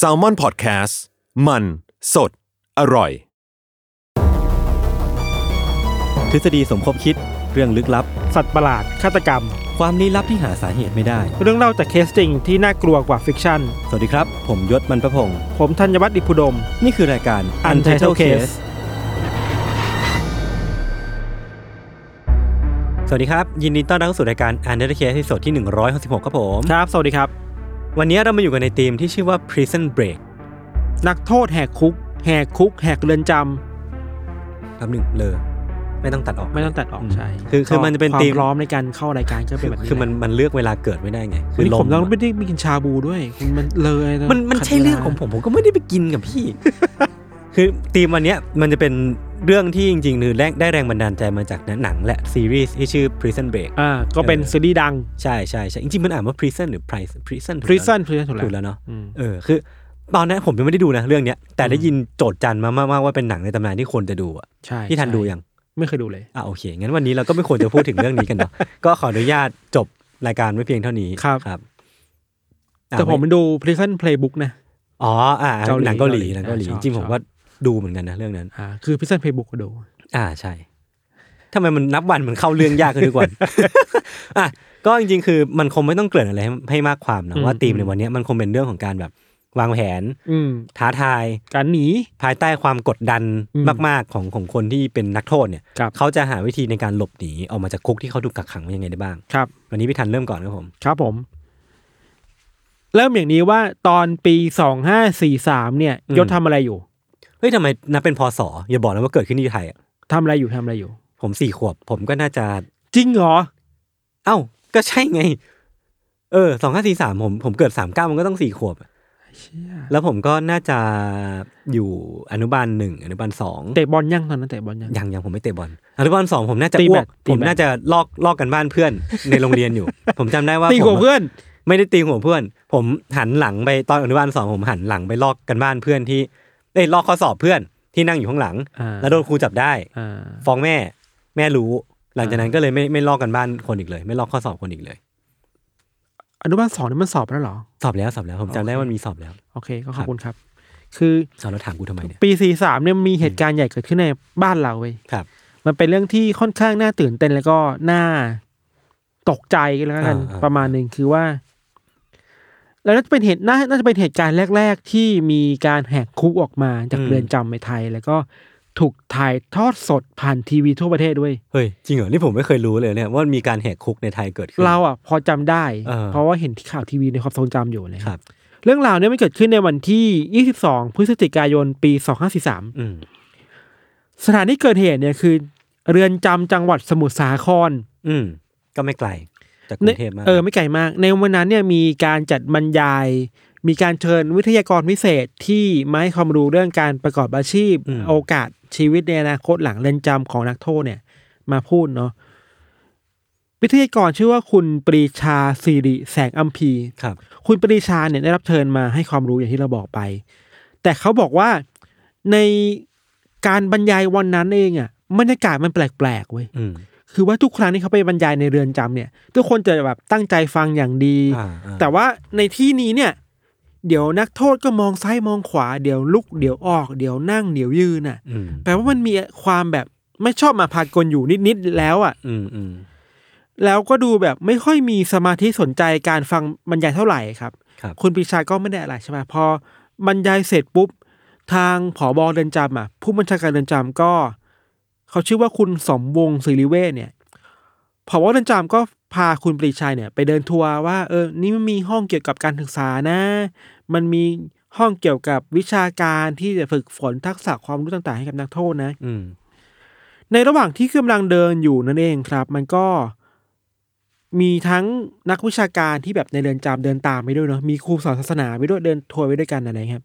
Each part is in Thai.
s a l m o n PODCAST มันสดอร่อย ทฤษฎีสมคบคิดเรื่องลึกลับ สัตว์ประหลาด ฆาตกรรม ความลี้ลับที่หาสาเหตุไม่ได้ เรื่องเล่าจากเคสจริงที่น่ากลัวกว่าฟิกชั่น สวัสดีครับ ผมยศมันประพงศ์ ผมธัญวัฒน์อิพุดม นี่คือรายการ Untitled Case สวัสดีครับ ยินดีต้อนรับเข้าสู่รายการ Untitled Case ที่สดที่ 166ครับผม ครับ สวัสดีครับ วันนี้เรามาอยู่กันในธีมที่ชื่อว่า Prison Break นักโทษแหกคุก แหกคุก แหกเรือนจำ คำหนึ่งเลย ไม่ต้องตัดออก ไม่ต้องตัดออก อืม ใช่ คือคือมันจะเป็น ความ ธีม พร้อมในการเข้ารายการก็เป็นแบบนี้ คือมันมันเลือกเวลาเกิดไม่ได้ไง คื คือ อล ผม มต้องไม่ได้มีกินชาบูด้วยคุณมันเลยะ มันมัน ขัด ใช่เรื่องของผมผมก็ไม่ได้ไปกินกับพี่ คือธีมวันเนี้ยมันจะเป็นเรื่องที่จริงๆคือแรงได้แรงบันดาลใจมาจากหนังและซีรีส์ที่ชื่อ Prison Break อ่าก็เป็น เออ ซีรีส์ดัง ใช่ใช่ใช่จริงๆ มันอ่านว่า prison หรือ prison prison ถูกแล้ว prison prison ถูก ถูก แล้ แล้ว วเนาะ อืม เออคือตอนนั้นผมยังไม่ได้ดูนะเรื่องเนี้ย แต่ได้ยินโจทย์จันมามากๆว่าเป็นหนังในตำนานที่ควรจะดูอ่ะ ใช่ ที่ทัน ใช่ ดูยัง ไม่เคยดูเลย อ่ะโอเค งั้นวันนี้เราก็ไม่ควรจะพูดถึงเรื่องนี้กันเนาะ ก็ขออนุญาตจบรายการไว้เพียงเท่านี้ครับอ่ะ แต่ผมมันดู prison playbook นะ อ๋ออ่ะ เกาหลี หนังเกาหลีห เกาหลี นังเกาหลี อ่ะชอบ จริงๆ ช ผ อบ มว่าดูเหมือนกันนะเรื่องนั้น อ่าคือ prison playbook ก็ดู อ่าใช่ทำไมมันนับวันมันเข้าเรื่องยากขึ้นทุก วัน อ่ะก็จริงๆ คือมันคงไม่ต้องเกริ่นอะไรให้ให้มากความนะ อืม ว่าธีม อืม ในวันเนี้ยมันคงเป็นเรื่องของการแบบวางแผน อืม ท้าทาย การหนี ภายใต้ความกดดัน อืม มากๆของของคนที่เป็นนักโทษเนี่ย ครับ เขาจะหาวิธีในการหลบหนีออกมาจากคุกที่เขาถูกกักขังไว้ยังไงได้บ้าง ครับ วันนี้พี่ทันเริ่มก่อนครับผม ครับผม เริ่มอย่างนี้ว่าตอนปีสองห้าสี่สามเนี่ย อืม ยศทำอะไรอยู่ เฮ้ยทำไมนับเป็นพศอย่าบอกนะว่าเกิดขึ้นที่ไทยอ่ะ ทำอะไรอยู่ทำอะไรอยู่ ผมสี่ขวบ ผมก็น่าจะ จริงเหรอ เอ้า ก็ใช่ไง เออสองห้าสี่สามผมผมเกิดสามเก้ามันก็ต้องสี่ขวบอะแล้วผมก็น่าจะอยู่อนุบาลหนึ่งอนุบาลสอง เตะบอลยังตอนนั้นเตะบอลยัง ยังยังผมไม่เตะบอลอนุบาลสองผมน่าจะ ตี อ้ แบ ว ด ก ตี ผม แบด น่าจะลอกลอกกันบ้านเพื่อน ในโรงเรียนอยู่ ผมจำได้ว่า ตี ผม หัวเพื่อน ไม่ได้ตีหัวเพื่อน ผมหันหลังไปตอนอนุบาลสองผมหันหลังไปลอกกันบ้านเพื่อนที่เอ้ยลอกข้อสอบเพื่อนที่นั่งอยู่ข้างหลัง อ่า แล้วโดนครูจับได้ อ่า ฟ้องแม่ แม่รู้ หลังจากนั้น อ่า ก็เลยไม่ไม่ลอกกันบ้านคนอีกเลย ไม่ลอกข้อสอบคนอีกเลย อนุบาลสองนี่มันสอบแล้วเหรอ สอบแล้วสอบแล้วผมจำได้ โอเค ว่ามีสอบแล้ว โอเค ก็ขอบคุณครับ คือ สอบแล้วถามกูทำไมเนี่ย ปีสี่สามเนี่ยมีเหตุการณ์ใหญ่เกิดขึ้นในบ้านเราเว้ย ครับ มันเป็นเรื่องที่ค่อนข้างน่าตื่นเต้นแล้วก็น่าตกใจกันแล้วกัน อ่าอ่า ประมาณหนึ่งคือว่า แล้วน่าจะเป็นเหตุน่าน่าจะเป็นเหตุการณ์แรก ๆ ที่มีการแหกคุกออกมาจากเรือนจำในไทย แล้วก็ถูกถ่ายทอดสดผ่านทีวีทั่วประเทศด้วย เฮ้ยจริงเหรอนี่ผมไม่เคยรู้เลยเนี่ยว่ามีการแหกคุกในไทยเกิดขึ้น เราอ่ะพอจำได้ เออ เพราะว่าเห็นที่ข่าวทีวีในความทรงจำอยู่เลย ครับ เรื่องราวเนี้มันเกิดขึ้นในวันที่ 22 พฤศจิกายน ปี 2543 อืม สถานที่เกิดเหตุเนี่ยคือ เรือนจำจังหวัดสมุทรสาคร อืมก็ไม่ไกลจากก ใน รุงเทพมาก เออไม่ไกลมาก ในวันนั้นเนี่ยมีการจัดบรรยาย มีการเชิญวิทยากรพิเศษที่มาให้ความรู้เรื่องการประกอบอาชีพ โอกาสชีวิตในอนาคตหลังเรือนจำของนักโทษเนี่ย มาพูดเนาะวิทยากรชื่อว่าคุณปรีชาสิริแสงอัมพี ครับ คุณปรีชาเนี่ยได้รับเชิญมาให้ความรู้อย่างที่เราบอกไป แต่เขาบอกว่าในการบรรยายวันนั้นเองอะ่ะบรรยากาศมันแปลกๆเว้ย อืม คือว่าทุกครั้งที่เขาไปบรรยายในเรือนจำเนี่ย ทุกคนจะแบบตั้งใจฟังอย่างดี อ่าอ่า แต่ว่าในที่นี้เนี่ย เดี๋ยวนักโทษก็มองซ้ายมองขวา เดี๋ยวลุกเดี๋ยวออก เดี๋ยวนั่งเดี๋ยวยืนอ่ะ อืม แปลว่ามันมีความแบบไม่ชอบมาพากลอยู่นิดๆแล้วอ่ะ อืมอืม แล้วก็ดูแบบไม่ค่อยมีสมาธิสนใจการฟังบรรยายเท่าไหร่ครับ ครับ คุณปรีชาก็ไม่ได้อะไรใช่ไหมพอบรรยายเสร็จปุ๊บ ทางผอบอเรือนจำอ่ะ ผู้บัญชาการเรือนจำก็ เขาชื่อว่าคุณสมวงศ์ศิริเวชเนี่ยผอบอเรือนจำก็พาคุณปรีชาเนี่ย ไปเดินทัวร์ว่าเออนี่มันมีห้องเกี่ยวกับการศึกษานะ มันมีห้องเกี่ยวกับวิชาการที่จะฝึกฝนทักษะความรู้ต่าง ๆ ให้กับนักโทษนะ อืม ในระหว่างที่กำลังเดินอยู่นั่นเองครับ มันก็ มีทั้งนักวิชาการที่แบบในเรือนจำเดินตามไปด้วยเนาะมีครูสอนศาสนาไปด้วยเดินทัวร์ไปด้วยกันอะไรเงี้ยครับ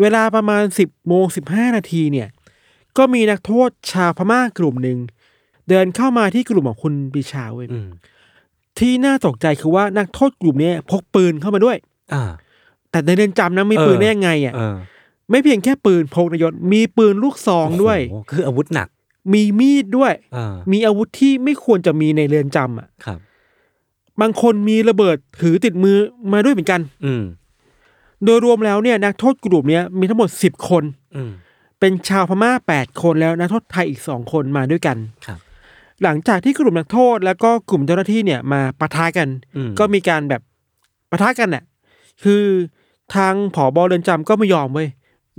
เวลาประมาณสิบโมงสิบห้านาทีเนี่ย ก็มีนักโทษชาวพม่ากลุ่มหนึ่งเดินเข้ามาที่กลุ่มของคุณปรีชาเว้ย อืม ที่น่าตกใจคือว่านักโทษกลุ่มเนี้ยพกปืนเข้ามาด้วย อ่า แต่ในเรือนจำนะมี เออ ปืนได้ยังไงอ่ะ เออ ไม่เพียงแค่ปืนพกนายศมีปืนลูกซองด้วย โอ้โหคืออาวุธหนัก มีมีดด้วย อ่า มีอาวุธที่ไม่ควรจะมีในเรือนจำอ่ะ ครับ บางคนมีระเบิดถือติดมือมาด้วยเหมือนกัน อืม โดยรวมแล้วเนี่ยนักโทษกลุ่มเนี้ยมีทั้งหมด 10 คน อืม เป็นชาวพม่า 8 คนแล้วนักโทษไทยอีก 2 คนมาด้วยกัน ครับ หลังจากที่กลุ่มนักโทษแล้วก็กลุ่มเจ้าหน้าที่เนี่ยมาปะทะกัน อืม ก็มีการแบบปะทะกันน่ะคือทางผอบเรือนจำก็ไม่ยอมเว้ย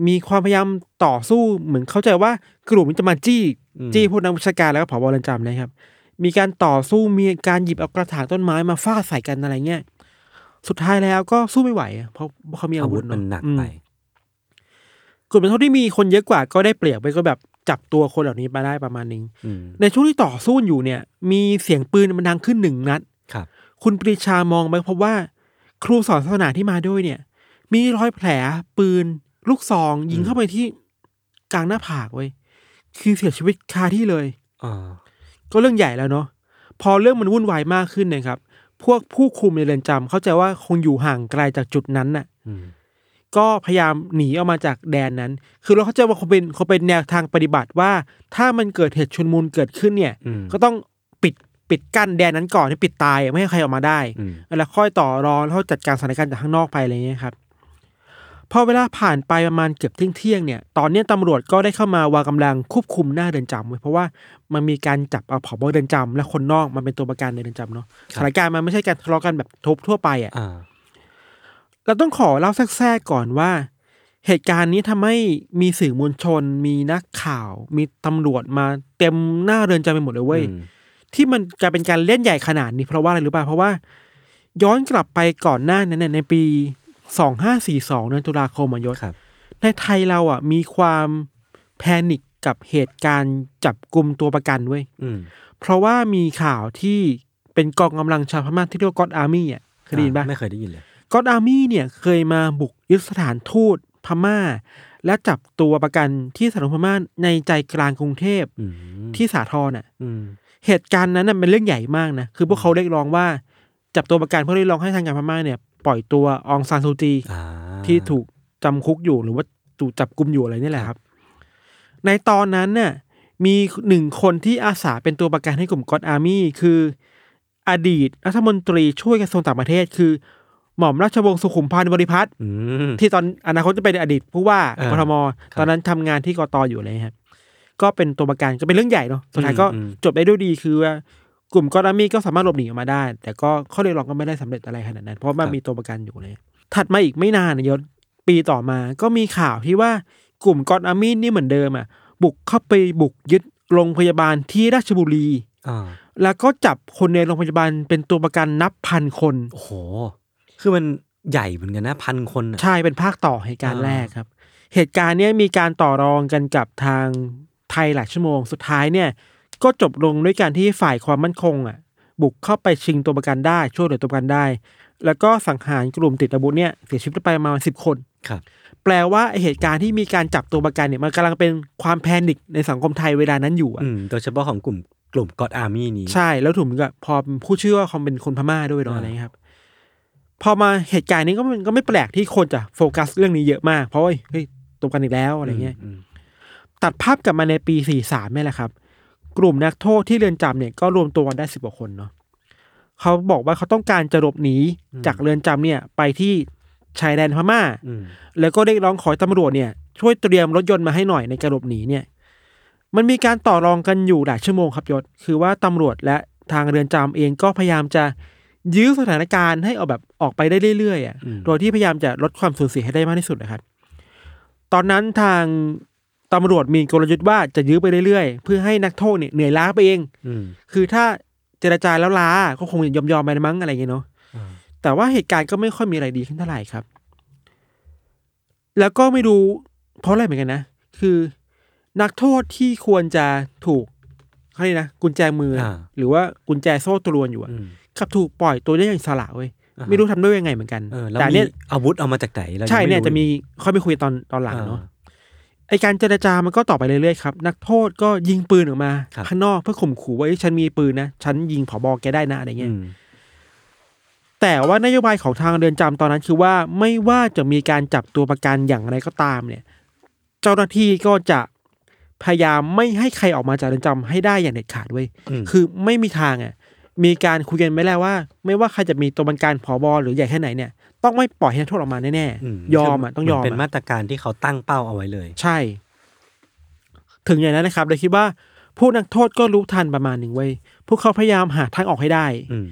มีความพยายามต่อสู้เหมือนเข้าใจว่ากลุ่มมันจะมาจี้ อืม จี้พวกนักวิชาการแล้วก็ผอบเรือนจำนะครับ มีการต่อสู้มีการหยิบเอากระถางต้นไม้มาฟาดใส่กันอะไรเงี้ยสุดท้ายแล้วก็สู้ไม่ไหวอะเพราะเพราะเขามีอา อา วุ วุ ธ ธ เอะ มันหนัก อืม ไป กลุ่มนักโทษที่มีคนเยอะกว่าก็ได้เปรียบไปก็แบบจับตัวคนเหล่านี้มาได้ประมาณหนึง อืม ในช่วงที่ต่อสู้อยู่เนี่ย มีเสียงปืนมันดังขึ้นหนึ่งนัด ครับ คุณปรีชามองไปพบว่า ครูสอนศาสนาที่มาด้วยเนี่ย มีรอยแผลปืน ลูกซอง ยิงเข้าไปที่กลางหน้าผากไว้ยคือเสียชีวิตคาที่เลย อ่า ก็เรื่องใหญ่แล้วเนาะพอเรื่องมันวุ่นวายมากขึ้นเนะครับ พวกผู้คุมในเรือนจำเข้าใจว่าคงอยู่ห่างไกลจากจุดนั้นน่ะ อืม ก็พยายามหนีออกมาจากแดนนั้น คือเราเข้าใจว่าเขาเป็นเขาเป็นแนวทางปฏิบัติว่า ถ้ามันเกิดเหตุชุนมูลเกิดขึ้นเนี่ย อืม ก็ต้องปิดปิดกั้นแดนนั้นก่อนให้ปิดตายไม่ให้ใครออกมาได้ อืม แล้วค่อยต่อรองแล้วจัดการสถานการณ์จากข้างนอกไปอะไรเงี้ยครับ พอเวลาผ่านไปประมาณเกือบเที่ยงเที่ยงๆเนี่ย ตอนเนี้ยตำรวจก็ได้เข้ามาวางกำลังควบคุมหน้าเรือนจำไว้เพราะว่ามันมีการจับเอาผอบเรือนจำและคนนอกมาเป็นตัวประกันในเรือนจำเนาะสถานการณ์มันไม่ใช่การทะเลาะกันแบบทบทั่วไปอ่ะ อ่า เราต้องขอเล่าแทรกๆก่อนว่า เหตุการณ์นี้ทำให้มีสื่อมวลชน มีนักข่าว มีตำรวจมาเต็มหน้าเรือนจำไปหมดเลยเว้ย อืม ที่มันกลายเป็นการเล่นใหญ่ขนาดนี้เพราะว่าอะไรรู้ป่ะเพราะว่า ย้อนกลับไปก่อนหน้านั้นเนยในปีสองห้าสี่สองเดือนตุลาคมอะยศ ครับ ในไทยเราอ่ะมีความแพนิคกับเหตุการณ์จับกลุ่มตัวประกันเว้ย อืม เพราะว่ามีข่าวที่เป็นกองกำลังชาวพม่าที่เรียกว่าก็อดอาร์มี่อ่ะเคยได้ยินปะ ไม่เคยได้ยินเลย ก็อดอาร์มี่เนี่ยเคยมาบุกยึดสถานทูตพม่า และจับตัวประกันที่สถานทูตพม่าในใจกลางกรุงเทพ อืม ที่สาทรน่ะ อืม เหตุการณ์นั้นน่ะเป็นเรื่องใหญ่มากนะคือพวกเขาเรียกร้องว่า จับตัวประกันเพื่อเรียกร้องให้ทางการพม่าเนี่ย ปล่อยตัวอองซานซูจี อ่า ที่ถูกจำคุกอยู่หรือว่าถูกจับกุมอยู่อะไรนี่แหละครับ ในตอนนั้นน่ะมีหนึ่งคนที่อาสาเป็นตัวประกันให้กลุ่มก็อดอาร์มี่คืออดีตรัฐมนตรีช่วยกระทรวงต่างประเทศ คือ หม่อมราชวงศ์สุขุมพันธ์บริพัตร อืม ที่ตอนอนาคตจะเป็นอดีตผู้ว่า เออก ทม ครับ ตอนนั้นทำงานที่กตอยู่เลยครับก็เป็นตัวประกันก็เป็นเรื่องใหญ่เนาะสุดท้ายก็ อืมอืม จบได้ด้วยดีคือว่ากลุ่มก็อดอาร์มี่ก็สามารถหลบหนีออกมาได้ แต่ก็ข้อเรียกร้องก็ไม่ได้สำเร็จอะไรขนาดนั้น เพราะว่ามันมีตัวประกันอยู่เลย ถัดมาอีกไม่นานนะยศปีต่อมาก็มีข่าวที่ว่ากลุ่มกอนอาร์มี่นี่เหมือนเดิมอ่ะบุกเข้าไปบุกยึดโรงพยาบาลที่ราชบุรี อ่า แล้วก็จับคนในโรงพยาบาลเป็นตัวประกันนับพันคน โอ้โห คือมันใหญ่เหมือนกันนะพันคนอ่ะ ใช่เป็นภาคต่อเหตุการณ์ อ่า แรกครับ เหตุการณ์เนี้ยมีการต่อรองกันกับทางไทยหลายชั่วโมง สุดท้ายเนี่ย ก็จบลงด้วยการที่ฝ่ายความมั่นคงอ่ะ บุกเข้าไปชิงตัวประกันได้ช่วยเหลือตัวประกันได้ แล้วก็สังหารกลุ่มติดอาวุธเนี่ยเสียชีวิตไปประมาสิบคน ครับ แปลว่าไอ้เหตุการณ์ที่มีการจับตัวประกันเนี่ยมันกำลังเป็นความแพนิคในสังคมไทยเวลานั้นอยู่อะ อืมโดยเฉพาะของกลุ่มกลุ่มกอดอาร์มี่นี้ ใช่แล้วถูกกับพอผู้ชื่อว่าคอมเป็นคนพม่าด้วยเนาะ อ่า อะไรเงี้ยครับ พอมาเหตุการณ์นี้ก็มันก็ไม่แปลกที่คนจะโฟกัสเรื่องนี้เยอะมากเพราะว่าเฮ้ยตัวกันอีกแล้วอะไรเงี้ย ม ตัดภาพกลับมาในปีสี่สามนี่แหละครับ กลุ่มนักโทษที่เรือนจำเนี่ยก็รวมตัวกันได้สิบกว่าคนเนาะเขาบอกว่าเขาต้องการจะหลบหนีจากเรือนจำเนี่ย ไปที่ชายแดนพม่า อืม แล้วก็เรียกร้องขอให้ตำรวจเนี่ยช่วยเตรียมรถยนต์มาให้หน่อยในการหลบหนีเนี่ย มันมีการต่อรองกันอยู่หลายชั่วโมงครับยศ คือว่าตำรวจและทางเรือนจำเองก็พยายามจะยื้อสถานการณ์ให้ออกแบบออกไปได้เรื่อยๆอะ อืม โดยที่พยายามจะลดความสูญเสียให้ได้มากที่สุดนะครับ ตอนนั้นทางตำรวจมีกลยุทธ์ว่าจะยื้อไปเรื่อยๆ เพื่อให้นักโทษเนี่ยเหนื่อยล้าไปเอง อืม คือถ้าเจรจาแล้วล้าก็คงยอมยอมๆไปมั้งอะไรอย่างเงี้ยเนาะ อ่า แต่ว่าเหตุการณ์ก็ไม่ค่อยมีอะไรดีขึ้นเท่าไหร่ครับ แล้วก็ไม่รู้เพราะอะไรเหมือนกันนะ คือนักโทษที่ควรจะถูกเขาเรียกนะกุญแจมืออา หรือว่ากุญแจโซ่ตรวนอยู่อะ อืม กลับถูกปล่อยตัวได้อย่างอิสระเว้ย อ่าฮะ ไม่รู้ทำด้วยยังไงเหมือนกัน เออแล้ว แต่อัน มี เนี้ย อาวุธเอามาจากไหนเราง ใช่เนี่ยไรู้ จะมีค่อยไปคุยตอนตอนหลัง ออ เนาะไอการเจรจามันก็ต่อไปเรื่อยๆครับ นักโทษก็ยิงปืนออกมา ครับ ข้างนอกเพื่อข่มขู่ว่าเอ้ยฉันมีปืนนะฉันยิงผอบอแกได้นะอะไรเงี้ย อืม แต่ว่านโยบายของทางเรือนจำตอนนั้นคือว่าไม่ว่าจะมีการจับตัวประกันอย่างไรก็ตามเนี่ย เจ้าหน้าที่ก็จะพยายามไม่ให้ใครออกมาจากเรือนจำให้ได้อย่างเด็ดขาดเว้ย อืม คือไม่มีทางอ่ะมีการคุยกันไม่แล้วว่า ไม่ว่าใครจะมีตัวประกันผอบอหรือใหญ่แค่ไหนเนี่ย ต้องไม่ปล่อยให้นักโทษออกมาแน่ ม ๆยอมอ่ะต้องยอม เหนเป็น อ่ะ มาตรการที่เขาตั้งเป้าเอาไว้เลย ใช่ ถึงอย่างนั้นนะครับเลยคิดว่าผู้นักโทษก็รู้ทันประมาณหนึ่งเว้ยพวกเขาพยายามหาทางออกให้ได้ อืม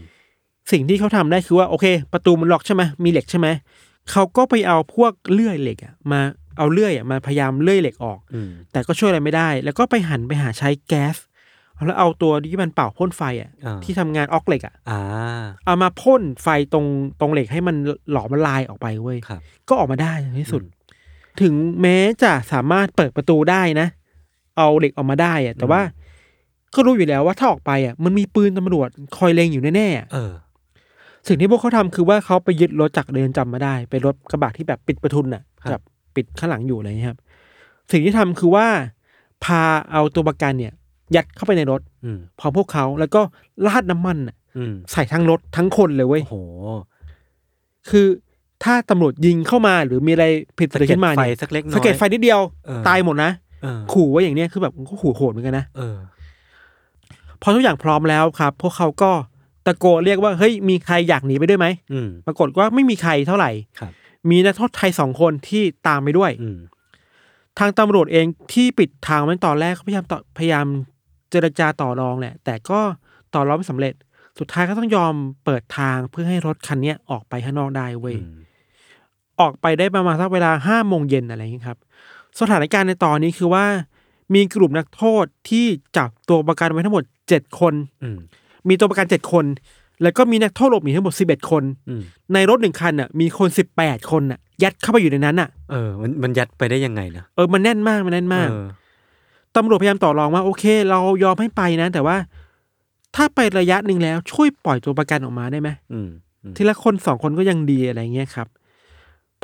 สิ่งที่เขาทำได้คือว่าโอเค ประตูมันล็อกใช่ไหมมีเหล็กใช่ไหมเขาก็ไปเอาพวกเลื่อยเหล็กอะมาเอาเลื่อยอะมาพยายามเลื่อยเหล็กออก อืม แต่ก็ช่วยอะไรไม่ได้ แล้วก็ไปหันไปหาใช้แก๊สแล้วเอาตัวที่มันเป่าพ่นไฟอะ อ่า ที่ทำงานออกเหล็กอะ อ่า เอามาพ่นไฟตรงตรงเหล็กให้มันหลอมละลายออกไปเว้ย ครับ ก็ออกมาได้ในที่สุด ถึงแม้จะสามารถเปิดประตูได้นะ เอาเหล็กออกมาได้อะแต่ว่า ก็รู้อยู่แล้วว่าถ้าออกไปอะมันมีปืนตำรวจคอยเล็งอยู่แน่ๆอะ เออ สิ่งที่พวกเขาทำคือว่าเขาไปยึดรถจากเรือนจำมาได้เป็นรถกระบะที่แบบปิดประทุนน่ะ ครับ แบบปิดข้างหลังอยู่อะไรเงี้ยครับ สิ่งที่ทำคือว่า พาเอาตัวประกันเนี่ย ยัดเข้าไปในรถ อืม พร้อมพวกเขาแล้วก็ราดน้ำมันน่ะ อืม ใส่ทั้งรถทั้งคนเลยเว้ย โอ้โห คือถ้าตำรวจยิงเข้ามาหรือมีอะไรผิดปกติขึ้นมา ไฟ เนี่ย สักเล็กน้อย สะเก็ดไฟนิดเดียว เออ ตายหมดนะ เออ ขู่ว่าอย่างเนี้ยคือแบบก็ขู่โหดเหมือนกันนะ เออ พอทุกอย่างพร้อมแล้วครับ พวกเขาก็ตะโกนเรียกว่าเฮ้ยมีใครอยากหนีไปด้วยไหม อืม ปรากฏว่าไม่มีใครเท่าไหร่ ครับ มีนักโทษไทยสองคนที่ตามไปด้วย อืม ทางตำรวจเองที่ปิดทางไว้ตอนแรกเขาพยายามต่อพยายามเจรจาต่อรองแหละ แต่ก็ต่อรองไม่สำเร็จ สุดท้ายก็ต้องยอมเปิดทางเพื่อให้รถคันเนี้ยออกไปข้างนอกได้เว้ย อืม ออกไปได้ประมาณสักเวลาห้าโมงเย็นอะไรอย่างนี้ยครับ สถานการณ์ในตอนนี้คือว่า มีกลุ่มนักโทษที่จับตัวประกันไว้ทั้งหมดเจ็ดคน อืม มีตัวประกันเจ็ดคน แล้วก็มีนักโทษหลบหนีทั้งหมดสิบเอ็ดคน อืม ในรถหนึ่งคันน่ะมีคนสิบแปดคนน่ะ ยัดเข้าไปอยู่ในนั้นน่ะ เออ มันมันยัดไปได้ยังไงนะ เออมันแน่นมากมันแน่นมาก เออ ตำรวจพยายามต่อรองว่าโอเค เรายอมให้ไปนะ แต่ว่า ถ้าไประยะหนึ่งแล้วช่วยปล่อยตัวประกันออกมาได้ไหม อืมอืม ทีละคนสองคนก็ยังดีอะไรเงี้ยครับ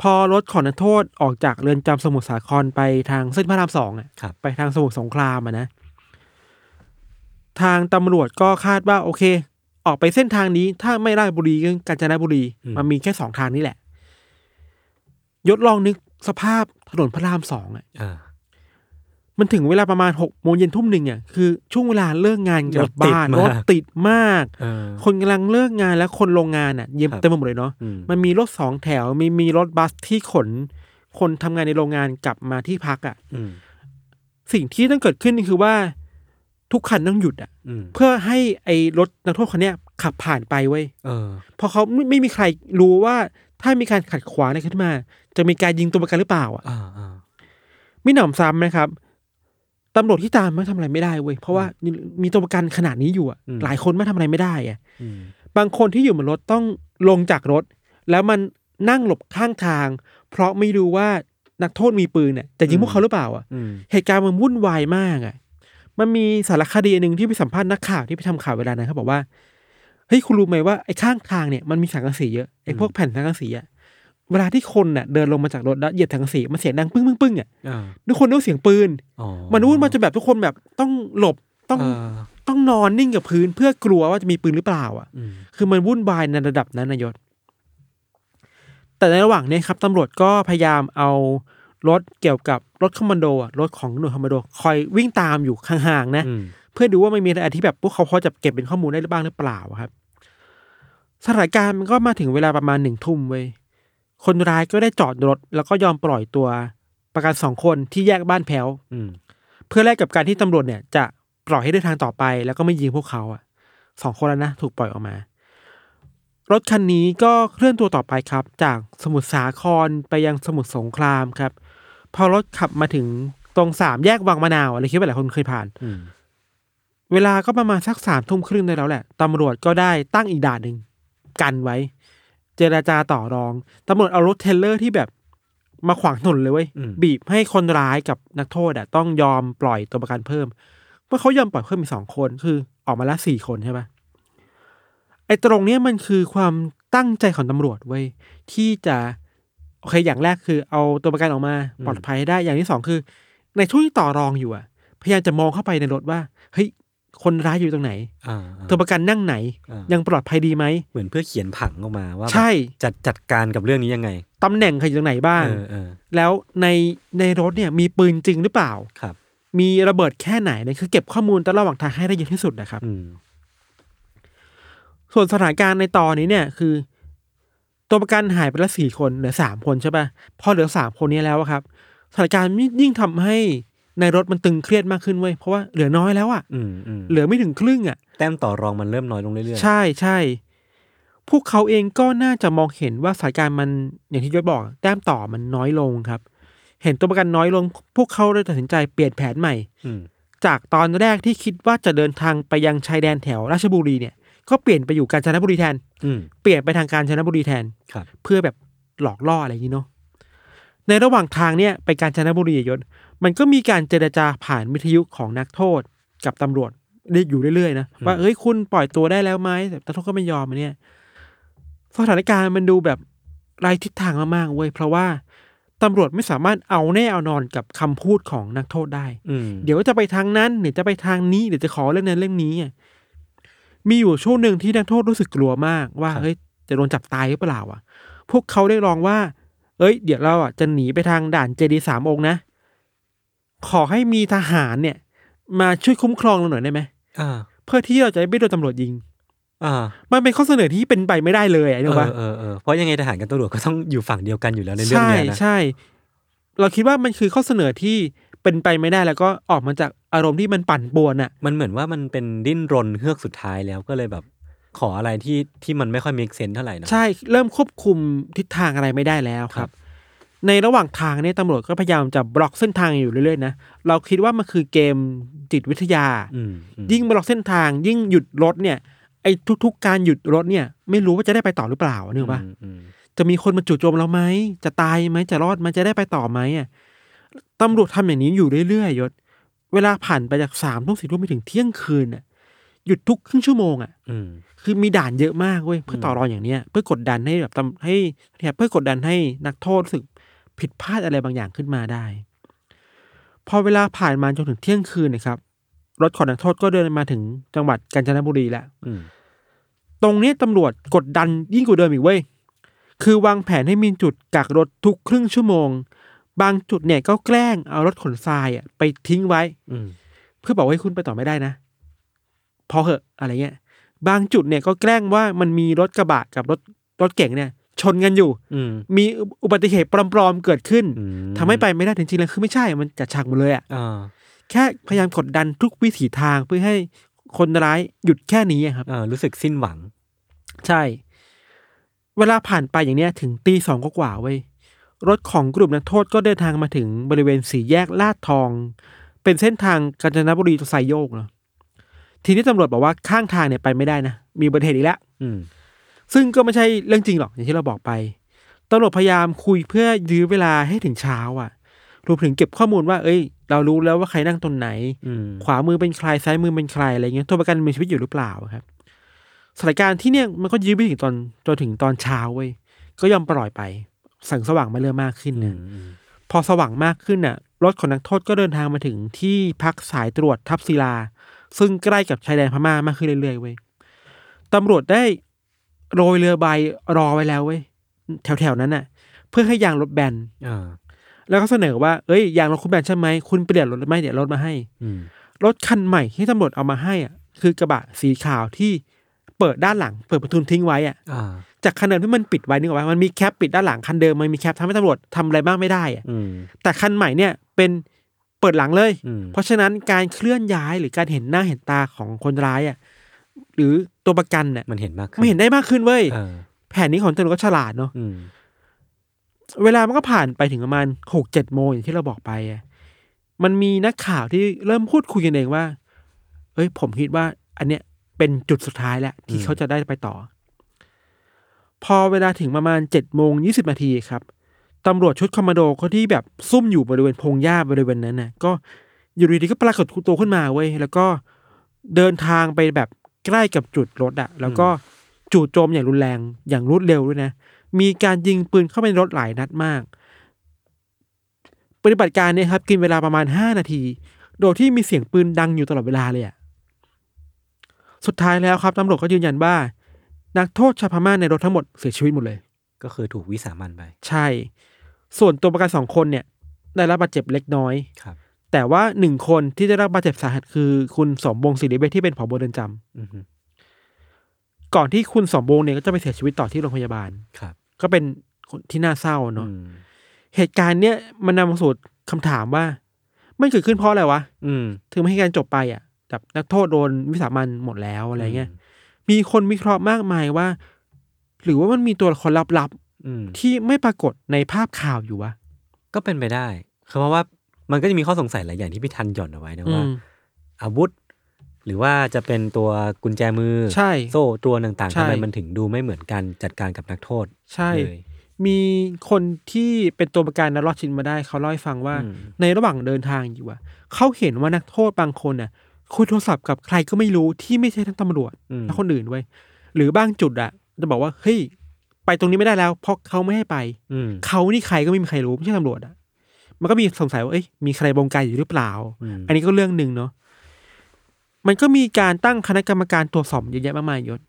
พอรถของนักโทษออกจากเรือนจำสมุทรสาครไปทางเส้นพระรามสองอ่ะ ครับ ไปทางสมุทรสงครามอะนะ ทางตำรวจก็คาดว่า โอเค ออกไปเส้นทางนี้ ถ้าไม่ราชบุรีก็กาญจนบุรี อืม มันมีแค่สองทางนี้แหละ ยศลองนึกสภาพถนนพระรามสองอ่ะ อ่า มันถึงเวลาประมาณหกโมงเย็นทุ่มหนึ่งอ่ะคือช่วงเวลาเลิกงานกลับบ้านรถติดมาก เออ คนกำลังเลิกงานและคนโรงงานอ่ะ เยี่ยม ครับ เต็มไปหมดเลยเนาะ อืม มันมีรถสองแถว มีมีรถบัสที่ขน คนทำงานในโรงงานกลับมาที่พักอ่ะ อืม สิ่งที่ต้องเกิดขึ้นคือว่าทุกคันต้องหยุดอ่ะ อืม เพื่อให้ไอ้รถนักโทษคนเนี้ยขับผ่านไปเว้ย เออ เพราะเขาไม่ไม่มีใครรู้ว่าถ้ามีการขัดขวางอะไรขึ้นมา จะมีการยิงตัวประกันหรือเปล่าอ่ะ อ่าอ่า มิหน่ำซ้ำนะครับตำรวจที่ตามมันทำอะไรไม่ได้เว้ยเพราะว่ามีตัวประกันขนาดนี้อยู่อ่ะ อืม หลายคนไม่ทำอะไรไม่ได้อ่ะ อืม บางคนที่อยู่บนรถต้องลงจากรถ แล้วมันนั่งหลบข้างทาง เพราะไม่รู้ว่านักโทษมีปืนเนี่ยจะยิงพวกเขาหรือเปล่าอ่ะ อืม เหตุการณ์มันวุ่นวายมากอ่ะ มันมีสารคดีหนึ่งที่ไปสัมภาษณ์นักข่าวที่ไปทำข่าวเวลานั้นเขาบอกว่า เฮ้ยคุณรู้ไหมว่าไอ้ข้างทางเนี่ยมันมีสังกะสีเยอะไอ้พวกแผ่นสังกะสีอ่ะ เวลาที่คนน่ะเดินลงมาจากรถแล้วเหยียบสังกะสีมันเสียงดังปึ้งปึ้งปึ้งอ่ะ อ่า ทุกคนรู้เสียงปืน อ๋อ มันวุ่นมาจนแบบทุกคนแบบต้องหลบต้อง เออ ต้องนอนนิ่งกับพื้นเพื่อกลัวว่าจะมีปืนหรือเปล่าอ่ะ อืม คือมันวุ่นวายในระดับนั้นนายศ แต่ในระหว่างเนี้ครับตำรวจก็พยายามเอารถเกี่ยวกับรถคอมมานโดอะรถของหน่วยคอมมานโด คอยวิ่งตามอยู่ห่างๆนะ อืม เพื่อดูว่ามันมีอะไรที่แบบพวกเขาพอจะเก็บเป็นข้อมูลได้หรือบ้างหรือเปล่าอะครับ สถานการณ์มันก็มาถึงเวลาประมาณหนึ่งทุ่มเว้ยคนร้ายก็ได้จอดรถ แล้วก็ยอมปล่อยตัวประกันสองคนที่แยกบ้านแพ้ว อืม เพื่อแลกกับการที่ตำรวจเนี่ยจะปล่อยให้เดินทางต่อไป แล้วก็ไม่ยิงพวกเขาอ่ะสองคนแล้วนะถูกปล่อยออกมา รถคันนี้ก็เคลื่อนตัวต่อไปครับ จากสมุทรสาครไปยังสมุทรสงครามครับ พอรถขับมาถึงตรงสามแยกวังมะนาวอะไรคิดว่าหลายคนเคยผ่าน อืม เวลาก็ประมาณสักสามทุ่มครึ่งได้แล้วแหละตำรวจก็ได้ตั้งอีกด่านหนึ่งกันไว้ เจราจาต่อรองตำรวจเอารถเทรลเลอร์ที่แบบมาขวางถนนเลยเว้ย อืม บีบให้คนร้ายกับนักโทษอะต้องยอมปล่อยตัวประกันเพิ่มเมื่อเขายอมปล่อยเพิ่มอีกสองคนคือออกมาละสี่คนใช่ปะไอ ไอ้ตรงเนี้ยมันคือความตั้งใจของตำรวจเว้ยที่จะโอเคอย่างแรกคือ เอาตัวประกันออกมา อืม ปลอดภัยให้ได้อย่างที่สองคือ ในช่วงที่ต่อรองอยู่อะพยายามจะมองเข้าไปในรถว่าเฮ้ยคนร้ายอยู่ตรงไหน อ่า ตัวประกันนั่งไหน อ่า ยังปลอดภัยดีไหม เหมือนเพื่อเขียนผังออกมาว่าแบบ ใช่ จัดจัดการกับเรื่องนี้ยังไง ตำแหน่งใครอยู่ตรงไหนบ้าง เออเออ แล้วในในรถเนี่ยมีปืนจริงหรือเปล่า ครับ มีระเบิดแค่ไหนเนี่ยคือเก็บข้อมูลตลอดระหว่างทางให้ได้เยอะที่สุดนะครับ อืม ส่วนสถานการณ์ในตอนนี้เนี่ยคือ ตัวประกันหายไปแล้วสี่คนเหลือสามคนใช่ปะ่ะพอเหลือสามคนนี้แล้วอะครับสถานการณ์ยิ่งทำให้ในรถมันตึงเครียดมากขึ้นเว้ยเพราะว่าเหลือน้อยแล้วอะ อืมอืม เหลือไม่ถึงครึ่งอะ แต้มต่อรองมันเริ่มน้อยลงเรื่อยๆ ใช่ใช่ พวกเขาเองก็น่าจะมองเห็นว่าสถานการณ์มันอย่างที่ยศบอกแต้มต่อมันน้อยลงครับ เห็นตัวประกันน้อยลง พวกเขาเลยตัดสินใจเปลี่ยนแผนใหม่ อืม จากตอนแรกที่คิดว่าจะเดินทางไปยังชายแดนแถวราชบุรีเนี่ย ก็เปลี่ยนไปอยู่กาญจนบุรีแทน อืม เปลี่ยนไปทางกาญจนบุรีแทน ครับ เพื่อแบบหลอกล่ออะไรอย่างนี้เนาะ ในระหว่างทางเนี่ยไปการจนบุรีอะยศ มันก็มีการเจรจาผ่านวิทยุของนักโทษกับตำรวจได้อยู่เรื่อยๆนะ อืม ว่าเอ้ยคุณปล่อยตัวได้แล้วไหมแต่นักโทษก็ไม่ยอมอะเนี่ยสถานการณ์มันดูแบบไร้ทิศทางมากๆเว้ยเพราะว่าตำรวจไม่สามารถเอาแน่เอานอนกับคำพูดของนักโทษได้ อืม เดี๋ยวจะไปทางนั้นหรือจะไปทางนี้หรือจะขอเรื่องนั้นเรื่องนี้อะมีอยู่ช่วงหนึ่งที่นักโทษรู้สึกกลัวมากว่าเฮ้ยจะโดนจับตายหรือเปล่าอ่ะ พวกเขาได้ลองว่า เอ้ย เดี๋ยวเราอ่ะจะหนีไปทางด่านเจดีย์สามองค์นะ ขอให้มีทหารเนี่ย มาช่วยคุ้มครองเราหน่อยได้ไหม อ่า เพื่อที่เราจะไม่โดนตำรวจยิง อ่า มันเป็นข้อเสนอที่เป็นไปไม่ได้เลยอะ เอ รู้ อ ปะ เออเออเพราะยังไงทหารกับตำรวจก็ต้องอยู่ฝั่งเดียวกันอยู่แล้วในเรื่องเนี้ยนะ ใช่ใช่ เราคิดว่ามันคือข้อเสนอที่เป็นไปไม่ได้แล้วก็ออกมาจากอารมณ์ที่มันปั่นป่วนอ่ะ มันเหมือนว่ามันเป็นดิ้นรนเฮือกสุดท้ายแล้วก็เลยแบบ ขออะไรที่ที่มันไม่ค่อยมีเซนเท่าไหร่นะ ใช่เริ่มควบคุมทิศทางอะไรไม่ได้แล้วค ครั รับ บ ในระหว่างทางเนี่ยตำรวจก็พยายามจะบล็อกเส้นทางอยู่เรื่อยๆนะเราคิดว่ามันคือเกมจิตวิทยา อืมอืม ยิ่งบล็อกเส้นทาง ยิ่งหยุดรถเนี่ยไอ้ทุก ๆ การหยุดรถเนี่ย ไม่รู้ว่าจะได้ไปต่อหรือเปล่าเนี่ยปะ อืมอืม จะมีคนมาจู่โจมเราไหมจะตายไหมจะรอดไหมันจะได้ไปต่อไหมอ่ะตำรวจทำอย่างนี้อยู่เรื่อยๆยศ เวลาผ่านไปจากสามทุ่มสี่ทุ่มไปถึงเที่ยงคืนน่ะหยุดทุกครึ่งชั่วโมงอ่ะ อืม คือมีด่านเยอะมากเว้ยเพื่อต่อรองอย่างเนี้ยเพื่อกดดันให้แบบตำให้เนี่ยเพื่อกดดันให้นักโทษรู้สึกผิดพลาดอะไรบางอย่างขึ้นมาได้ พอเวลาผ่านมาจนถึงเที่ยงคืนนะครับ รถของนักโทษก็เดินมาถึงจังหวัดกาญจนบุรีแล้ว อืม ตรงเนี้ยตำรวจกดดันยิ่งกว่าเดิมอีกเว้ยคือวางแผนให้มีจุดกักรถทุกครึ่งชั่วโมง บางจุดเนี่ยก็แกล้งเอารถขนทรายอะไปทิ้งไว้ อืม เพื่อบอกว่าให้คุณไปต่อไม่ได้นะ พอเหอะอะไรเงี้ย บางจุดเนี่ยก็แกล้งว่ามันมีรถกระบะกับรถรถเก๋งเนี่ย ชนกันอยู่ อืม มีอุบัติเหตุปลอมๆเกิดขึ้น อืม ทำให้ไปไม่ได้จริงๆแล้วคือไม่ใช่มันจัดฉากหมดเลยอะ อ่า แค่พยายามกดดันทุกวิถีทางเพื่อให้คนร้ายหยุดแค่นี้อะครับ อ่ารู้สึกสิ้นหวัง ใช่ เวลาผ่านไปอย่างเนี้ยถึงตีสองกว่าๆเว้ยรถของกลุ่มนักโทษก็เดินทางมาถึงบริเวณสี่แยกลาดทอง เป็นเส้นทางกาญจนบุรีไซโยกเนาะทีนี้ตำรวจบอกว่าข้างทางเนี่ยไปไม่ได้นะ มีอุบัติเหตุอีกแล้ว อืม ซึ่งก็ไม่ใช่เรื่องจริงหรอกอย่างที่เราบอกไปตำรวจพยายามคุยเพื่อยื้อเวลาให้ถึงเช้าอะ่ะรวมถึงเก็บข้อมูลว่า เอ้ย เรารู้แล้วว่าใครนั่งตรงไหน อืม ขวามือเป็นใครซ้ายมือเป็นใครอะไรเงี้ยตัวประกันมีชีวิตอยู่หรือเปล่าครับสถานการณ์ที่เนี่ยมันก็ยื้อไปถึงตอนจนถึงตอนเช้าเว้ยก็ยอมปล่อยไปแสังสว่างมาเริ่มมากขึ้น อื นะ มอืม พอสว่างมากขึ้นน่ะ รถของนักโทษก็เดินทางมาถึงที่พักสายตรวจทับศิลา ซึ่งใกล้กับชายแดนพม่ามากขึ้นเรื่อยๆเว้ยตำรวจได้โรยเรือใบรอไว้แล้วเว้ยแถวๆนั้นน่ะ เพื่อให้ยางรถแบน อ่า แล้วก็เสนอว่าเอ้ยยางรถคุณแบนใช่ไหมคุณเปลี่ยนรถหรือไม่เดี๋ยวรถมาให้ อืม รถคันใหม่ที่ตำรวจเอามาให้อ่ะคือกระบะสีขาวที่เปิดด้านหลัง เปิดประตูทิ้งไว้อ่ะ อ่า จากคันเดิมที่มันปิดไว้นึกออกว่ามันมีแคปปิดด้านหลังคันเดิมมันมีแคปทำให้ตำรวจทำอะไรบ้างไม่ได้อ่ะ อืม แต่คันใหม่เนี่ยเป็นเปิดหลังเลย อืม เพราะฉะนั้นการเคลื่อนย้ายหรือการเห็นหน้าเห็นตาของคนร้ายอ่ะหรือตัวประกันเนี่ย มันเห็นมากขึ้น ไม่เห็นได้มากขึ้นเว้ย เออ แผนนี้ของตำรวจก็ฉลาดเนาะ อืม เวลามันก็ผ่านไปถึงประมาณหกเจ็ดโมงอย่างที่เราบอกไปอ่ะมันมีนักข่าวที่เริ่มพูดคุยกันเองว่า เอ้ยผมคิดว่า อันเนี้ยเป็นจุดสุดท้ายแล้วที่เขาจะได้ไปต่อ พอเวลาถึงประมาณเจ็ดโมงยี่สิบนาทีครับตำรวจชุดคอมมานโดเขาที่แบบซุ่มอยู่บริเวณพงหญ้าบริเวณนั้นน่ะ ก็อยู่ดีๆก็ปรากฏตัวขึ้นมาเว้ยแล้วก็เดินทางไปแบบใกล้กับจุดรถอะแล้วก็ จู่โจมอย่างรุนแรงอย่างรวดเร็วด้วยนะ มีการยิงปืนเข้าไปในรถหลายนัดมาก ปฏิบัติการเนี่ยครับ กินเวลาประมาณห้านาที โดยที่มีเสียงปืนดังอยู่ตลอดเวลาเลยอะสุดท้ายแล้วครับตำรวจก็ยืนยันว่า นักโทษชาวพม่าในรถทั้งหมดเสียชีวิตหมดเลย ก็คือถูกวิสามันไป ใช่ ส่วนตัวประกันสองคนเนี่ย ได้รับบาดเจ็บเล็กน้อย ครับ แต่ว่าหนึ่งคนที่ได้รับบาดเจ็บสาหัสคือคุณสมบงศ์ศิริเวชที่เป็นผบเรือนจำ อือฮึ ก่อนที่คุณสมบงศ์เนี่ยก็จะไปเสียชีวิตต่อที่โรงพยาบาล ครับ ก็เป็นคนที่น่าเศร้าเนาะ อืม เหตุการณ์เนี่ยมันนำมาสู่คำถามว่า มันเกิดขึ้นเพราะอะไรวะ อืม ถึงไม่ให้การจบไปอ่ะแบบนักโทษโดนวิสามันหมดแล้วอะไรเงี้ยมีคนวิเคราะห์มากมายว่า หรือว่ามันมีตัวละครลับ อืม ๆที่ไม่ปรากฏในภาพข่าวอยู่วะ ก็เป็นไปได้คือเพราะว่ามันก็จะมีข้อสงสัยหลายอย่างที่พี่ทันหย่อนเอาไว้นะ อื ว่า ม อาวุธ หรือว่าจะเป็นตัวกุญแจมือ ใช่ โซ่ตัวต่างๆ ใช่ ทำไมมันถึงดูไม่เหมือนกันจัดการกับนักโทษ ใช่ เลย มีคนที่เป็นตัวประกันนะรอดชินมาได้เขาเล่าให้ฟังว่า อืม ในระหว่างเดินทางอยู่อะเขาเห็นว่านักโทษบางคนน่ะ คุยโทรศัพท์กับใครก็ไม่รู้ที่ไม่ใช่ทั้งตำรวจ อืม และคนอื่นไว้ยหรือบางจุดอะจะบอกว่าเฮ้ยไปตรงนี้ไม่ได้แล้ว เพราะเขาไม่ให้ไป อืม เขานี่ใครก็ไม่มีใครรู้ไม่ใช่ตำรวจอะมันก็มีสงสัยว่าเอ้ยมีใครบงการอยู่หรือเปล่า อืม อันนี้ก็เรื่องหนึ่งเนาะมันก็มีการตั้งคณะกรรมการตรวจสอบเยอะแยะมากมายยศ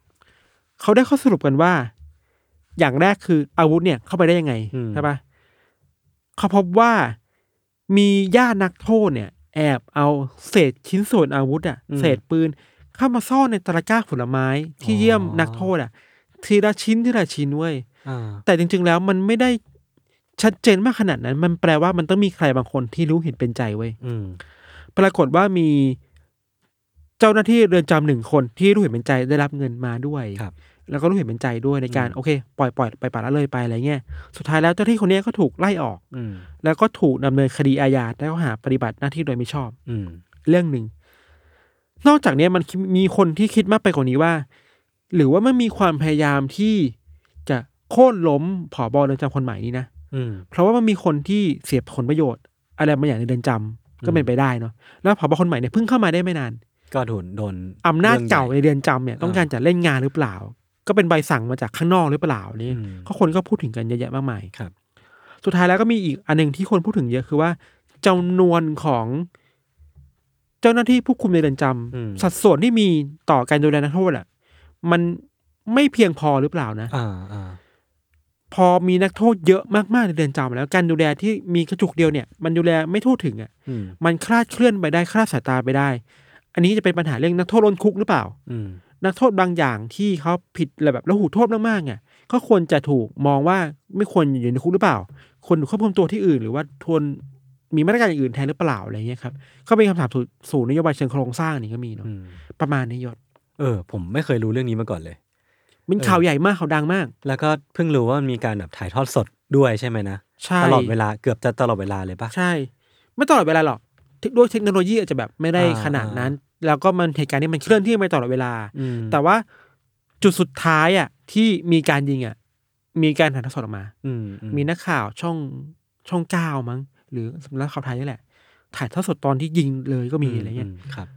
เขาได้ข้อสรุปกันว่า อย่างแรกคืออาวุธเนี่ยเข้าไปได้ยังไง อืม ใช่ปะเขาพบว่ามีญาตินักโทษเนี่ย แอบเอาเศษชิ้นส่วนอาวุธอะเศษปืน เข้ามาซ่อนในตะกร้าผลไม้ที่เยี่ยมนักโทษอะทีละชิ้นทีละชิ้นเว้ย อ่า แต่จริงๆ แล้วมันไม่ได้ชัดเจนมากขนาดนั้น มันแปลว่ามันต้องมีใครบางคนที่รู้เห็นเป็นใจไว้ย อืม ปรากฏว่ามีเจ้าหน้าที่เรือนจำหนึ่งคนที่รู้เห็นเป็นใจได้รับเงินมาด้วย ครับ แล้วก็รู้เห็นเป็นใจด้วยในการ อืม โอเค ปล่อยปล่อยไปป่าละเลยไปอะไรเงี้ย สุดท้ายแล้วเจ้าหน้าที่คนเนี้ยก็ถูกไล่ออก อืม แล้วก็ถูกดำเนินคดีอาญาและข้อหาปฏิบัติหน้าที่โดยมิชอบ อืม เรื่องหนึ่ง นอกจากเนี้ยมันคิดมีคนที่คิดมากไปกว่านี้ว่า หรือว่ามันมีความพยายามที่จะโค่นล้มผอบเรือนจำคนใหม่นี้นะ อืม เพราะว่ามันมีคนที่เสียผลประโยชน์ อะไรบางอย่างในเดือนจำก็เป็นไปได้เนาะแล้วผบคนใหม่เนี่ยเพิ่งเข้ามาได้ไม่นาน ก็โดนโดน อำนาจ รื่องใหญ่ เก่าในเดือนจำเนี่ย อ่า ต้องการจะเล่นงานหรือเปล่า ก็เป็นใบสั่งมาจากข้างนอกหรือเปล่านี่ อืม ก็คนก็พูดถึงกันเยอะแยะมากมาย ครับ สุดท้ายแล้วก็มีอีกอันหนึ่งที่คนพูดถึงเยอะคือว่าจำนวนของเจ้าหน้าที่ผู้คุมในเดือนจำ อืม สัดส่วนที่มีต่อการดูแลนักโทษอ่ะมันไม่เพียงพอหรือเปล่านะ อ่าอ่า พอมีนักโทษเยอะมากๆในเรือนจำแล้วการดูแลที่มีกระจุกเดียวเนี่ย มันดูแลไม่ทั่วถึงอ่ะ อืม มันคลาดเคลื่อนไปได้คลาดสายตาไปได้ อันนี้จะเป็นปัญหาเรื่องนักโทษล้นคุกหรือเปล่า อืม นักโทษบางอย่างที่เขาผิดแบบละหูโทษมากๆอ่ะก็ควรจะถูกมองว่าไม่ควรอยู่ในคุกหรือเปล่า ควรถูกควบคุมตัวที่อื่น หรือว่าทวนมีมาตรการอย่างอื่นแทนหรือเปล่าอะไรเงี้ยครับก็เป็นคำถามสู่สู่นโยบายเชิงโครงสร้างนี่ก็มีเนาะ อืม ประมาณนี้ยศ เออ ผมไม่เคยรู้เรื่องนี้มาก่อนเลย มันข่าวใหญ่มากข่าวดังมาก แล้วก็เพิ่งรู้ว่ามันมีการแบบถ่ายทอดสดด้วยใช่ไหมนะ ใช่ ตลอดเวลาเกือบจะตลอดเวลาเลยปะ ใช่ ไม่ตลอดเวลาหรอกเทคด้วยเทคโนโลยีอาจจะแบบไม่ได้ อ่า ขนาดนั้น แล้วก็มันเหตุการณ์นี้มันเคลื่อนที่ไปตลอดเวลา อืม แต่ว่าจุดสุดท้ายอ่ะที่มีการยิงอ่ะมีการถ่ายทอดสดออกมา อืมอืม มีนักข่าวช่องช่องเก้ามั้ง หรือสำนักข่าวไทยนี่แหละ ถ่ายทอดสดตอนที่ยิงเลยก็มีอะไรเงี้ย มครับ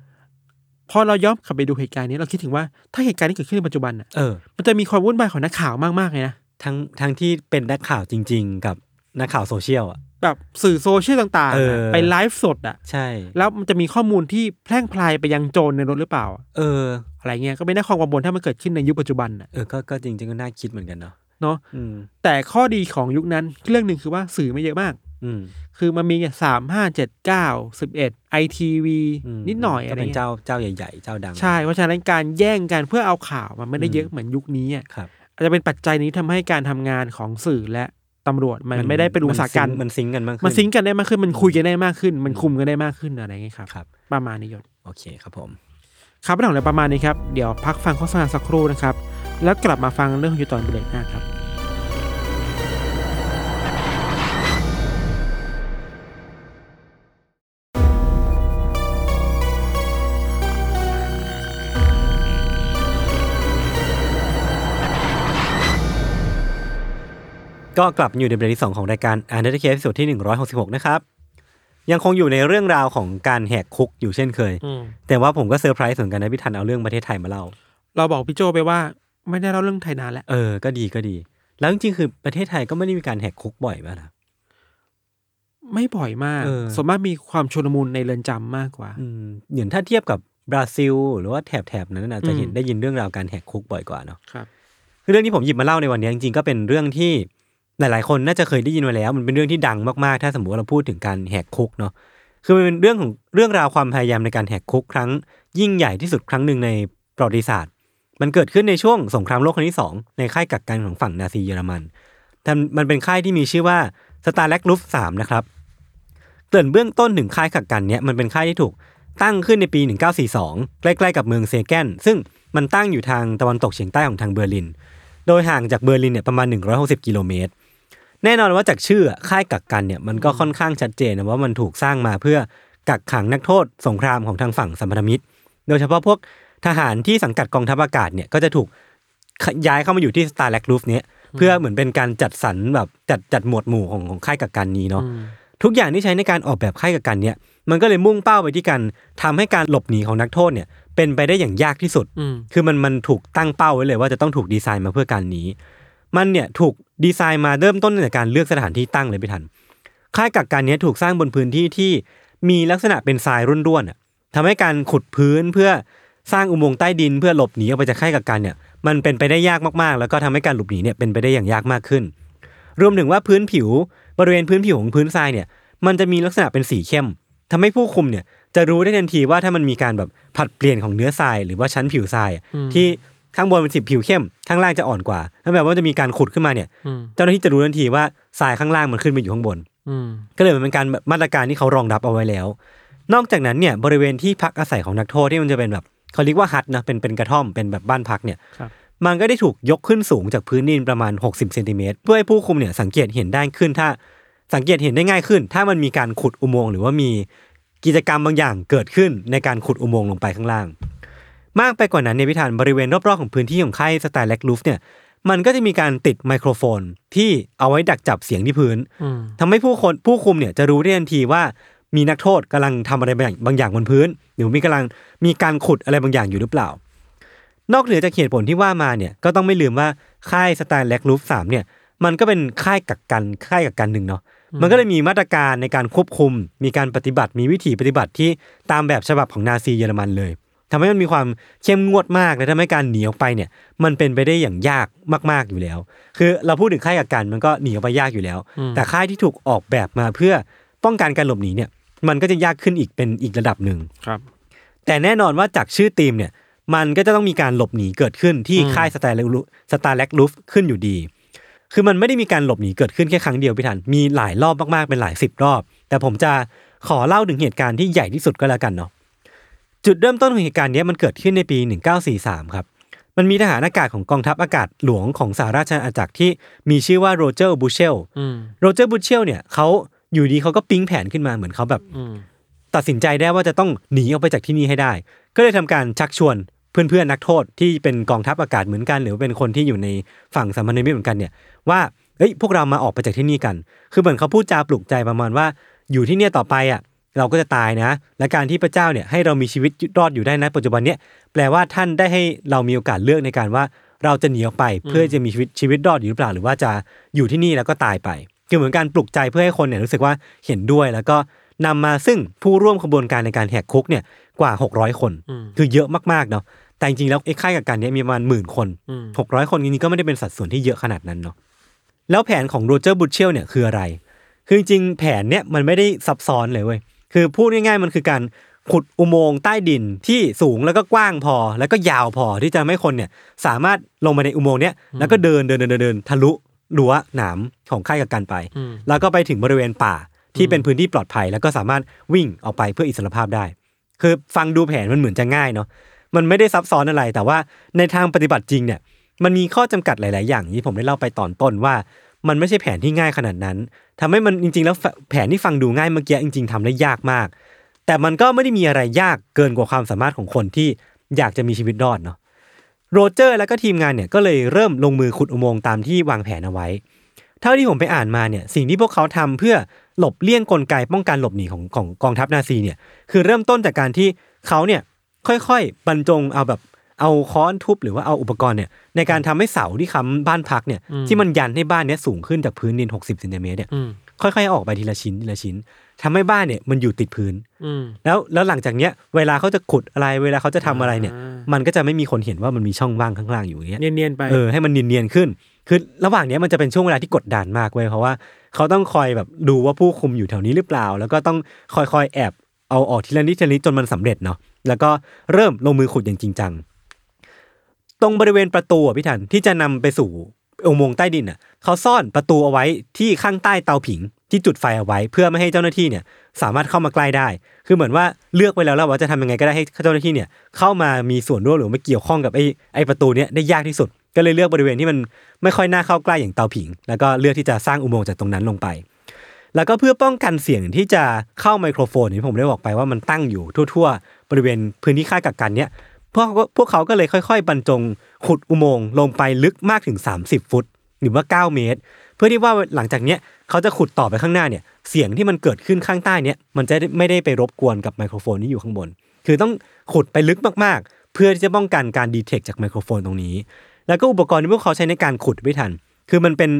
พอเราย้อนกลับไปดูเหตุการณ์นี้เราคิดถึงว่าถ้าเหตุการณ์นี้เกิดขึ้นในปัจจุบันอ่ะ เออ มันจะมีความวุ่นวายของนักข่าวมากๆเลยนะ ทั้งทั้งที่เป็นนักข่าวจริง ๆ กับนักข่าวโซเชียลอ่ะ แบบสื่อโซเชียลต่างๆอะ เออ ไปไลฟ์สดอ่ะ ใช่ แล้วมันจะมีข้อมูลที่แพร่งพลายไปยังโจรในรถหรือเปล่า เออ อะไรเงี้ยก็เป็นน่าความกังวลถ้ามันเกิดขึ้นในยุคปัจจุบันน่ะ เออ ก็ก็จริง ๆ ก็น่าคิดเหมือนกันเนาะ เนาะ อืม แต่ข้อดีของยุคนั้นเรื่องหนึ่งคือว่าสื่อไม่เยอะมาก อืม คือมันมีสามห้าเจ็ดเก้าสิบเอ็ดไอทีวี อืม นิดหน่อย ก็ อะไร เป็น เงี้ย เจ้าเจ้าใหญ่ ๆ เจ้าดัง ใช่เพราะฉะนั้นการแย่งกันเพื่อเอาข่าวมันไม่ได้เยอะเหมือนยุคนี้อะ ครับ อาจจะเป็นปัจจัยนี้ทำให้การทำงานของสื่อและตำรวจมันไม่ได้เป็นอุปสรรคกัน มันซิงค์กันมากขึ้ มันซิงค์กันได้มากขึ้นมันคุยกันได้มากขึ้น มันคุมกันได้มากขึ้นอะไรเงี้ยครับ ครับ ประมาณนี้ยศ โอเคครับผม ครับเรื่องของเราประมาณนี้ครับ เดี๋ยวพักฟังโฆษณาสักครู่นะครับ แล้วกลับมาฟังเรื่องของยูตอนเบรกหน้าครับ ก็กลับมาอยู่ในประเด็นที่ 2 ของรายการอันเดอร์เคสสุดที่ 166 นะครับ ยังคงอยู่ในเรื่องราวของการแหกคุกอยู่เช่นเคย แต่ว่าผมก็เซอร์ไพรส์เหมือนกันนะพี่ทันเอาเรื่องประเทศไทยมาเล่า เราบอกพี่โจไปว่า ไม่ได้เล่าเรื่องไทยนานแล้ว เออ ก็ดีก็ดี แล้วจริงๆคือประเทศไทยก็ไม่ได้มีการแหกคุกบ่อยป่ะนะ ไม่บ่อยมาก เออ ส่วนมากมีความชุลมุนในเรือนจำมากกว่า อืมอย่างถ้าเทียบกับบราซิล หรือว่าแถบแถบนั้นนะจะเห็น อืม ได้ยินเรื่องราวการแหกคุกบ่อยกว่าเนาะ ครับ คือเรื่องที่ผมหยิบมาเล่าในวันนี้จริงๆก็เป็นเรื่องที่หลายๆคนน่าจะเคยได้ยินมาแล้ว มันเป็นเรื่องที่ดังมากๆ ถ้าสมมติว่าเราพูดถึงการแหกคุกเนาะคือมันเป็นเรื่องของเรื่องราวความพยายามในการแหกคุกครั้ง ยิ่งใหญ่ที่สุดครั้งหนึ่งในประวัติศาสตร์ มันเกิดขึ้นในช่วงสงครามโลกครั้งที่สองในค่ายกักกันของฝั่งนาซีเยอรมันแต่มันเป็นค่ายที่มีชื่อว่าสตาร์เลกลุฟสามนะครับ เกริ่นเบื้องต้นถึงค่ายกักกันเนี่ยมันเป็นค่ายที่ถูกตั้งขึ้นในปี 1942 ใกล้ๆกับเมืองเซแกนซึ่งมันตั้งอยู่ทางตะวันตกเฉียงใต้ของทางเบอร์ลิน โดยห่างจากเบอร์ลินเนี่ยประมาณ 160 กิโลเมตร แน่นอนว่าจากชื่ออะค่ายกักกันเนี่ยมันก็ค่อนข้างชัดเจนนะว่ามันถูกสร้างมาเพื่อกักขังนักโทษสงครามของทางฝั่งสัมพันธมิตร โดยเฉพาะพวกทหารที่สังกัดกองทัพอากาศเนี่ยก็จะถูกขย้ายเข้ามาอยู่ที่สตาร์แลกรูฟเนี่ยเพื่อเหมือนเป็นการจัดสรรแบบจัดจัดหมวดหมู่ของของค่ายกักกันนี้เนาะ อืม ทุกอย่างที่ใช้ในการออกแบบค่ายกักกันเนี่ยมันก็เลยมุ่งเป้าไปที่การทำให้การหลบหนีของนักโทษเนี่ยเป็นไปได้อย่างยากที่สุด อืม คือมันมันถูกตั้งเป้าไว้เลยว่าจะต้องถูกดีไซน์มาเพื่อการนี้ มันเนี่ยถูกดีไซน์มาเริ่มต้นจากการเลือกสถานที่ตั้งเลยพี่ทัน ค่ายกักกันเนี้ยถูกสร้างบนพื้นที่ที่มีลักษณะเป็นทรายร่วนๆอะทำให้การขุดพื้นเพื่อสร้างอุโมงค์ใต้ดินเพื่อหลบหนีออกไปจากค่ายกักกันเนี่ยมันเป็นไปได้ยากมากๆ แล้วก็ทำให้การหลบหนีเนี่ยเป็นไปได้อย่างยากมากขึ้น รวมถึงว่าพื้นผิวบริเวณพื้นผิวของพื้นทรายเนี่ยมันจะมีลักษณะเป็นสีเข้มทำให้ผู้คุมเนี่ยจะรู้ได้ทันทีว่าถ้ามันมีการแบบผลัดเปลี่ยนของเนื้อทราย หรือว่าชั้นผิวทรายอะที่ข้างบนเป็นสีผิวเข้ม ข้างล่างจะอ่อนกว่านั่นแปลว่าจะมีการขุดขึ้นมาเนี่ย อืม เจ้าหน้าที่จะรู้ทันทีว่าทรายข้างล่างมันขึ้นไปอยู่ข้างบน อืม ก็เลยมันเป็นการแบบมาตรการที่เขารองรับเอาไว้แล้ว นอกจากนั้นเนี่ยบริเวณที่พักอาศัยของนักโทษที่มันจะเป็นแบบเขาเรียกว่าฮัทนะเป็นเป็นกระท่อมเป็นแบบบ้านพักเนี่ย ครับ มันก็ได้ถูกยกขึ้นสูงจากพื้นดินประมาณ 60เซนติเมตรเพื่อให้ผู้คุมเนี่ยสังเกตเห็นได้ขึ้นถ้าสังเกตเห็นได้ง่ายขึ้น ถ้ามันมีการขุดอุโมงค์หรือว่ามีกิจกรรมบางอย่างเกิดขึ้นในการขุดอุโมงค์ลงไปข้างล่าง มากไปกว่านั้นเนี่ยพิธานบริเวณรอบๆของพื้นที่ของค่ายสไตล์แลกลูฟเนี่ยมันก็จะมีการติดไมโครโฟนที่เอาไว้ดักจับเสียงที่พื้น อืม ทำให้ผู้คนผู้คุมเนี่ยจะรู้ได้ทันทีว่ามีนักโทษกำลังทำอะไรบางอย่างบางอย่างบนพื้น หรือมีกำลังมีการขุดอะไรบางอย่างอยู่หรือเปล่า นอกเหนือจากเหตุผลที่ว่ามาเนี่ยก็ต้องไม่ลืมว่าค่ายสแตนแลกลูฟสามเนี่ยมันก็เป็นค่ายกักกันค่ายกักกันหนึ่งเนาะมันก็เลยมีมาตรการในการควบคุม มีการปฏิบัติมีวิธีปฏิบัติที่ตามแบบฉบับของนาซีเยอรมันเลยทำให้มันมีความเข้มงวดมากและทำให้การหนีออกไปเนี่ยมันเป็นไปได้อย่างยากมาก ๆอยู่แล้ว คือเราพูดถึงค่ายกักกันมันก็หนีออกไปยากอยู่แล้ว แต่ค่ายที่ถูกออกแบบมาเพื่อป้องกันการหลบหนีเนี่ย มันก็จะยากขึ้นอีกเป็นอีกระดับหนึ่ง ครับ แต่แน่นอนว่าจากชื่อทีมเนี่ย มันก็จะต้องมีการหลบหนีเกิดขึ้นที่ อืม ค่ายสแตนสตาร์แลกลูฟขึ้นอยู่ดี คือมันไม่ได้มีการหลบหนีเกิดขึ้นแค่ครั้งเดียวพี่ทัน มีหลายรอบมากๆ เป็นหลายสิบรอบ แต่ผมจะขอเล่าถึงเหตุการณ์ที่ใหญ่ที่สุดก็แล้วกันเนาะ จุดเริ่มต้นของเหตุการณ์เนี้ยมันเกิดขึ้นในปี 1943 ครับ มันมีทหารอากาศของกองทัพอากาศหลวงของสหราชอาณาจักรที่มีชื่อว่าโรเจอร์บูเชล อืม โรเจอร์บูตเชลเนี่ยเขาอยู่ดีเขาก็ปิ๊งแผนขึ้นมาเหมือนเขาแบบ อืม ตัดสินใจได้ว่าจะต้องหนีออกไปจากที่นี่ให้ได้ ก็เลยทำการชักชวนเพื่อนๆนักโทษที่เป็นกองทัพอากาศเหมือนกัน หรือว่าเป็นคนที่อยู่ในฝั่งสัมพันธมิตรเหมือนกันเนี่ยว่าเอ้ยพวกเรามาออกไปจากที่นี่กัน คือเหมือนเขาพูดจาปลุกใจประมาณว่าอยู่ที่เนี่ยต่อไปอ่ะเราก็จะตายนะ และการที่พระเจ้าเนี่ยให้เรามีชีวิตรอดอยู่ได้นะปัจจุบันเนี่ยแปลว่าท่านได้ให้เรามีโอกาสเลือกในการว่า เราจะหนีออกไปเพื่อจะมีชีวิตชีวิตรอดอยู่หรือเปล่าหรือว่าจะอยู่ที่นี่แล้วก็ตายไปคือเหมือนการปลุกใจเพื่อให้คนเนี่ยรู้สึกว่าเห็นด้วย แล้วก็นำมาซึ่งผู้ร่วมขบวนการในการแหกคุกเนี่ยกว่า 600 คน อืม คือเยอะมากๆเนาะแต่จริงๆแล้วไอ้ค่ายกักกันเนี่ยมีประมาณหมื่นคน อืม หกร้อยคนจริงๆก็ไม่ได้เป็นสัดส่วนที่เยอะขนาดนั้นเนาะแล้วแผนของโรเจอร์บูตเชลเนี่ยคืออะไร คือจริงๆแผนเนี่ยมันไม่ได้ซับซ้อนเลยเว้ยคือพูดง่ายๆมันคือการขุดอุโมงค์ใต้ดินที่สูงแล้วก็กว้างพอ แล้วก็ยาวพอที่จะทำให้คนเนี่ยสามารถลงมาในอุโมงค์เนี้ยแล้วก็เดินเดินเดินเดินเดินทะลุรั้วหนามของค่ายกักกันไป อืม แล้วก็ไปถึงบริเวณป่าที่เป็นพื้นที่ปลอดภัย แล้วก็สามารถวิ่งออกไปเพื่ออิสรภาพได้ คือฟังดูแผนมันเหมือนจะง่ายเนาะมันไม่ได้ซับซ้อนอะไร แต่ว่าในทางปฏิบัติจริงเนี่ย มันมีข้อจำกัดหลาย ๆ อย่างที่ผมได้เล่าไปตอนต้นว่า มันไม่ใช่แผนที่ง่ายขนาดนั้นทำให้มันจริง ๆ แล้วแผนที่ฟังดูง่ายเมื่อกี้จริง ๆทำได้ยากมาก แต่มันก็ไม่ได้มีอะไรยากเกินกว่าความสามารถของคนที่อยากจะมีชีวิตรอดเนาะโรเจอร์แล้วก็ทีมงานเนี่ยก็เลยเริ่มลงมือขุดอุโมงค์ตามที่วางแผนเอาไว้ เท่าที่ผมไปอ่านมาเนี่ยสิ่งที่พวกเขาทำเพื่อหลบเลี่ยงกลไกป้องกันหลบหนีของของกองทัพนาซีเนี่ยคือเริ่มต้นจากการที่เขาเนี่ยค่อยๆบรรจงเอาแบบ เอาค้อนทุบหรือว่าเอาอุปกรณ์เนี่ยในการทำให้เสาที่ค้ำบ้านพักเนี่ย อืม ที่มันยันให้บ้านเนี้ยสูงขึ้นจากพื้นดิน 60เซนติเมตรเนี่ย อืม ค่อยๆออกไปทีละชิ้นทีละชิ้นทำให้บ้านเนี่ยมันอยู่ติดพื้น อืม แล้วแล้วหลังจากเนี้ยเวลาเขาจะขุดอะไรเวลาเขาจะทำอะไรเนี่ย อ่ามั มันก็จะไม่มีคนเห็นว่ามันมีช่องว่างข้างล่างอยู่อย่างเงี้ย เนียนๆไป เออให้มันเนียนๆขึ้น คือระหว่างเนี้ยมันจะเป็นช่วงเวลาที่กดดันมากเว้ยเพราะว่าเขาต้องคอยแบบดูว่าผู้คุมอยู่แถวนี้หรือเปล่า แล้วก็ต้องคอยคอยๆแอบเอาออกทีละนิดทีละนิดจนมันสำเร็จเนาะแล้วก็เริ่มลงมือขุดอย่างจริงจังตรงบริเวณประตูอ่ะพี่ทันที่จะนำไปสู่อุโมงค์ใต้ดินอ่ะเขาซ่อนประตูเอาไว้ที่ข้างใต้เตาผิง ที่จุดไฟเอาไว้ เพื่อไม่ให้เจ้าหน้าที่เนี่ย สามารถเข้ามาใกล้ได้ คือเหมือนว่าเลือกไว้แล้วแล้วว่าจะทำยังไงก็ได้ให้เจ้าหน้าที่เนี่ยเข้ามามีส่วนร่วมหรือมาเกี่ยวข้องกับไอ้ไอ้ประตูเนี้ยได้ยากที่สุด ก็เลยเลือกบริเวณที่มันไม่ค่อยน่าเข้าใกล้อย่างเตาผิง แล้วก็เลือกที่จะสร้างอุโมงค์จากตรงนั้นลงไป แล้วก็เพื่อป้องกันเสียงที่จะเข้าไมโครโฟนที่ผมได้บอกไปว่ามันตั้งอยู่ทั่ว ๆ บริเวณพื้นที่ค่ายกักกันเนี่ยพวกพวกเขาก็เลยค่อย ๆ บรรจงขุดอุโมงค์ลงไปลึกมากถึง 30 ฟุต หรือว่า 9 เมตร เพื่อที่ว่าหลังจากเนี้ยเขาจะขุดต่อไปข้างหน้าเนี่ยเสียงที่มันเกิดขึ้นข้างใต้เนี่ยมันจะไม่ได้ไปรบกวนกับไมโครโฟนที่อยู่ข้างบน คือต้องขุดไปลึกมากๆ เพื่อที่จะป้องกันการดีเทคจากไมโครโฟนตรงนี้ แล้วก็อุปกรณ์ที่พวกเขาใช้ในการขุดไม่ทัน คือมันเป็น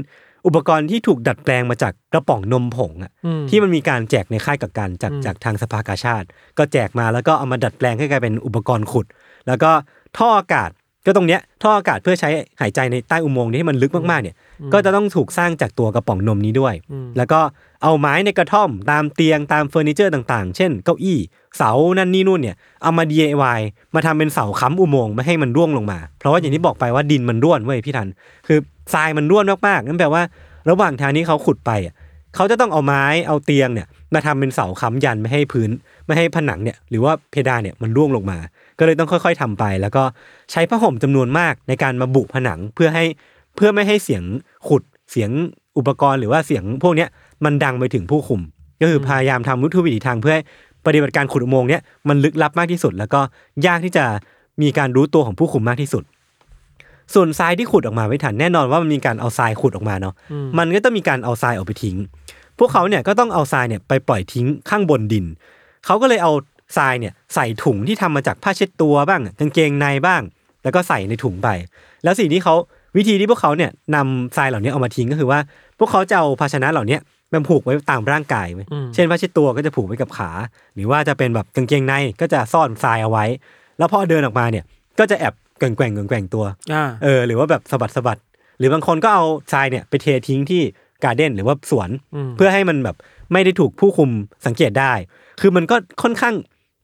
อุปกรณ์ที่ถูกดัดแปลงมาจากกระป๋องนมผงอะ อืม ที่มันมีการแจกในค่ายกักกันจาก อืม จากทางสภากาชาติ ก็แจกมาแล้วก็เอามาดัดแปลงให้กลายเป็นอุปกรณ์ขุด แล้วก็ท่ออากาศก็ตรงเนี้ยท่ออากาศเพื่อใช้หายใจในใต้อุโมงค์นี้ให้มันลึกมากๆเนี่ย ก็จะต้องถูกสร้างจากตัวกระป๋องนมนี้ด้วย อืม แล้วก็เอาไม้ในกระท่อมตามเตียงตามเฟอร์นิเจอร์ต่างๆ เช่น เก้าอี้ เสา นั่นนี่นู่นเนี่ย เอามา DIY มาทำเป็นเสาค้ำอุโมงค์ไม่ให้มันร่วงลงมา เพราะว่าอย่างที่บอกไปว่าดินมันร่วนเว้ยพี่ทัน คือทรายมันร่วนมากๆ นั่นแปลว่า ระหว่างทางนี้เขาขุดไปอ่ะเขาจะต้องเอาไม้เอาเตียงเนี่ยมาทำเป็นเสาค้ำยันไม่ให้พื้น ไม่ให้ผนังเนี่ยหรือว่าเพดานเนี่ยมันร่วงลงมา ก็เลยต้องค่อย ๆทำไป แล้วก็ใช้ผ้าห่มจำนวนมากในการมาบุผนังเพื่อให้ เพื่อไม่ให้เสียงขุดเสียงอุปกรณ์หรือว่าเสียงพวกเนี้ยมันดังไปถึงผู้คุม ก็คือพยายามทำยุทธวิธีทางเพื่อให้ปฏิบัติการขุดอุโมงค์เนี้ยมันลึกลับมากที่สุด แล้วก็ยากที่จะมีการรู้ตัวของผู้คุมมากที่สุด ส่วนทรายที่ขุดออกมาไม่ทันแน่นอนว่ามันมีการเอาทรายขุดออกมาเนาะมันก็ต้องมีการเอาทรายออกไปทิ้ง พวกเขาเนี่ยก็ต้องเอาทรายเนี่ยไปปล่อยทิ้งข้างบนดิน เขาก็เลยเอาทรายเนี่ยใส่ถุงที่ทำมาจากผ้าเช็ดตัวบ้างกางเกงในบ้าง แล้วก็ใส่ในถุงไป แล้วสิ่งที่เขาวิธีที่พวกเขาเนี่ยนำทรายเหล่านี้เอามาทิ้งก็คือว่า พวกเขาจะเอาภาชนะเหล่านี้มันผูกไว้ตามร่างกายไว้ย อืม เช่นผ้าเช็ดตัวก็จะผูกไว้กับขา หรือว่าจะเป็นแบบกางเกงในก็จะซ่อนทรายเอาไว้ แล้วพอเดินออกมาเนี่ยก็จะแอบแกว่งแกว่งแกว่งแกว่งตัว อ่า เออหรือว่าแบบสะบัดสะบัดหรือบางคนก็เอาทรายเนี่ยไปเททิ้งที่การ์เด้นหรือว่าสวน อืม เพื่อให้มันแบบไม่ได้ถูกผู้คุมสังเกตได้ คือมันก็ค่อนข้าง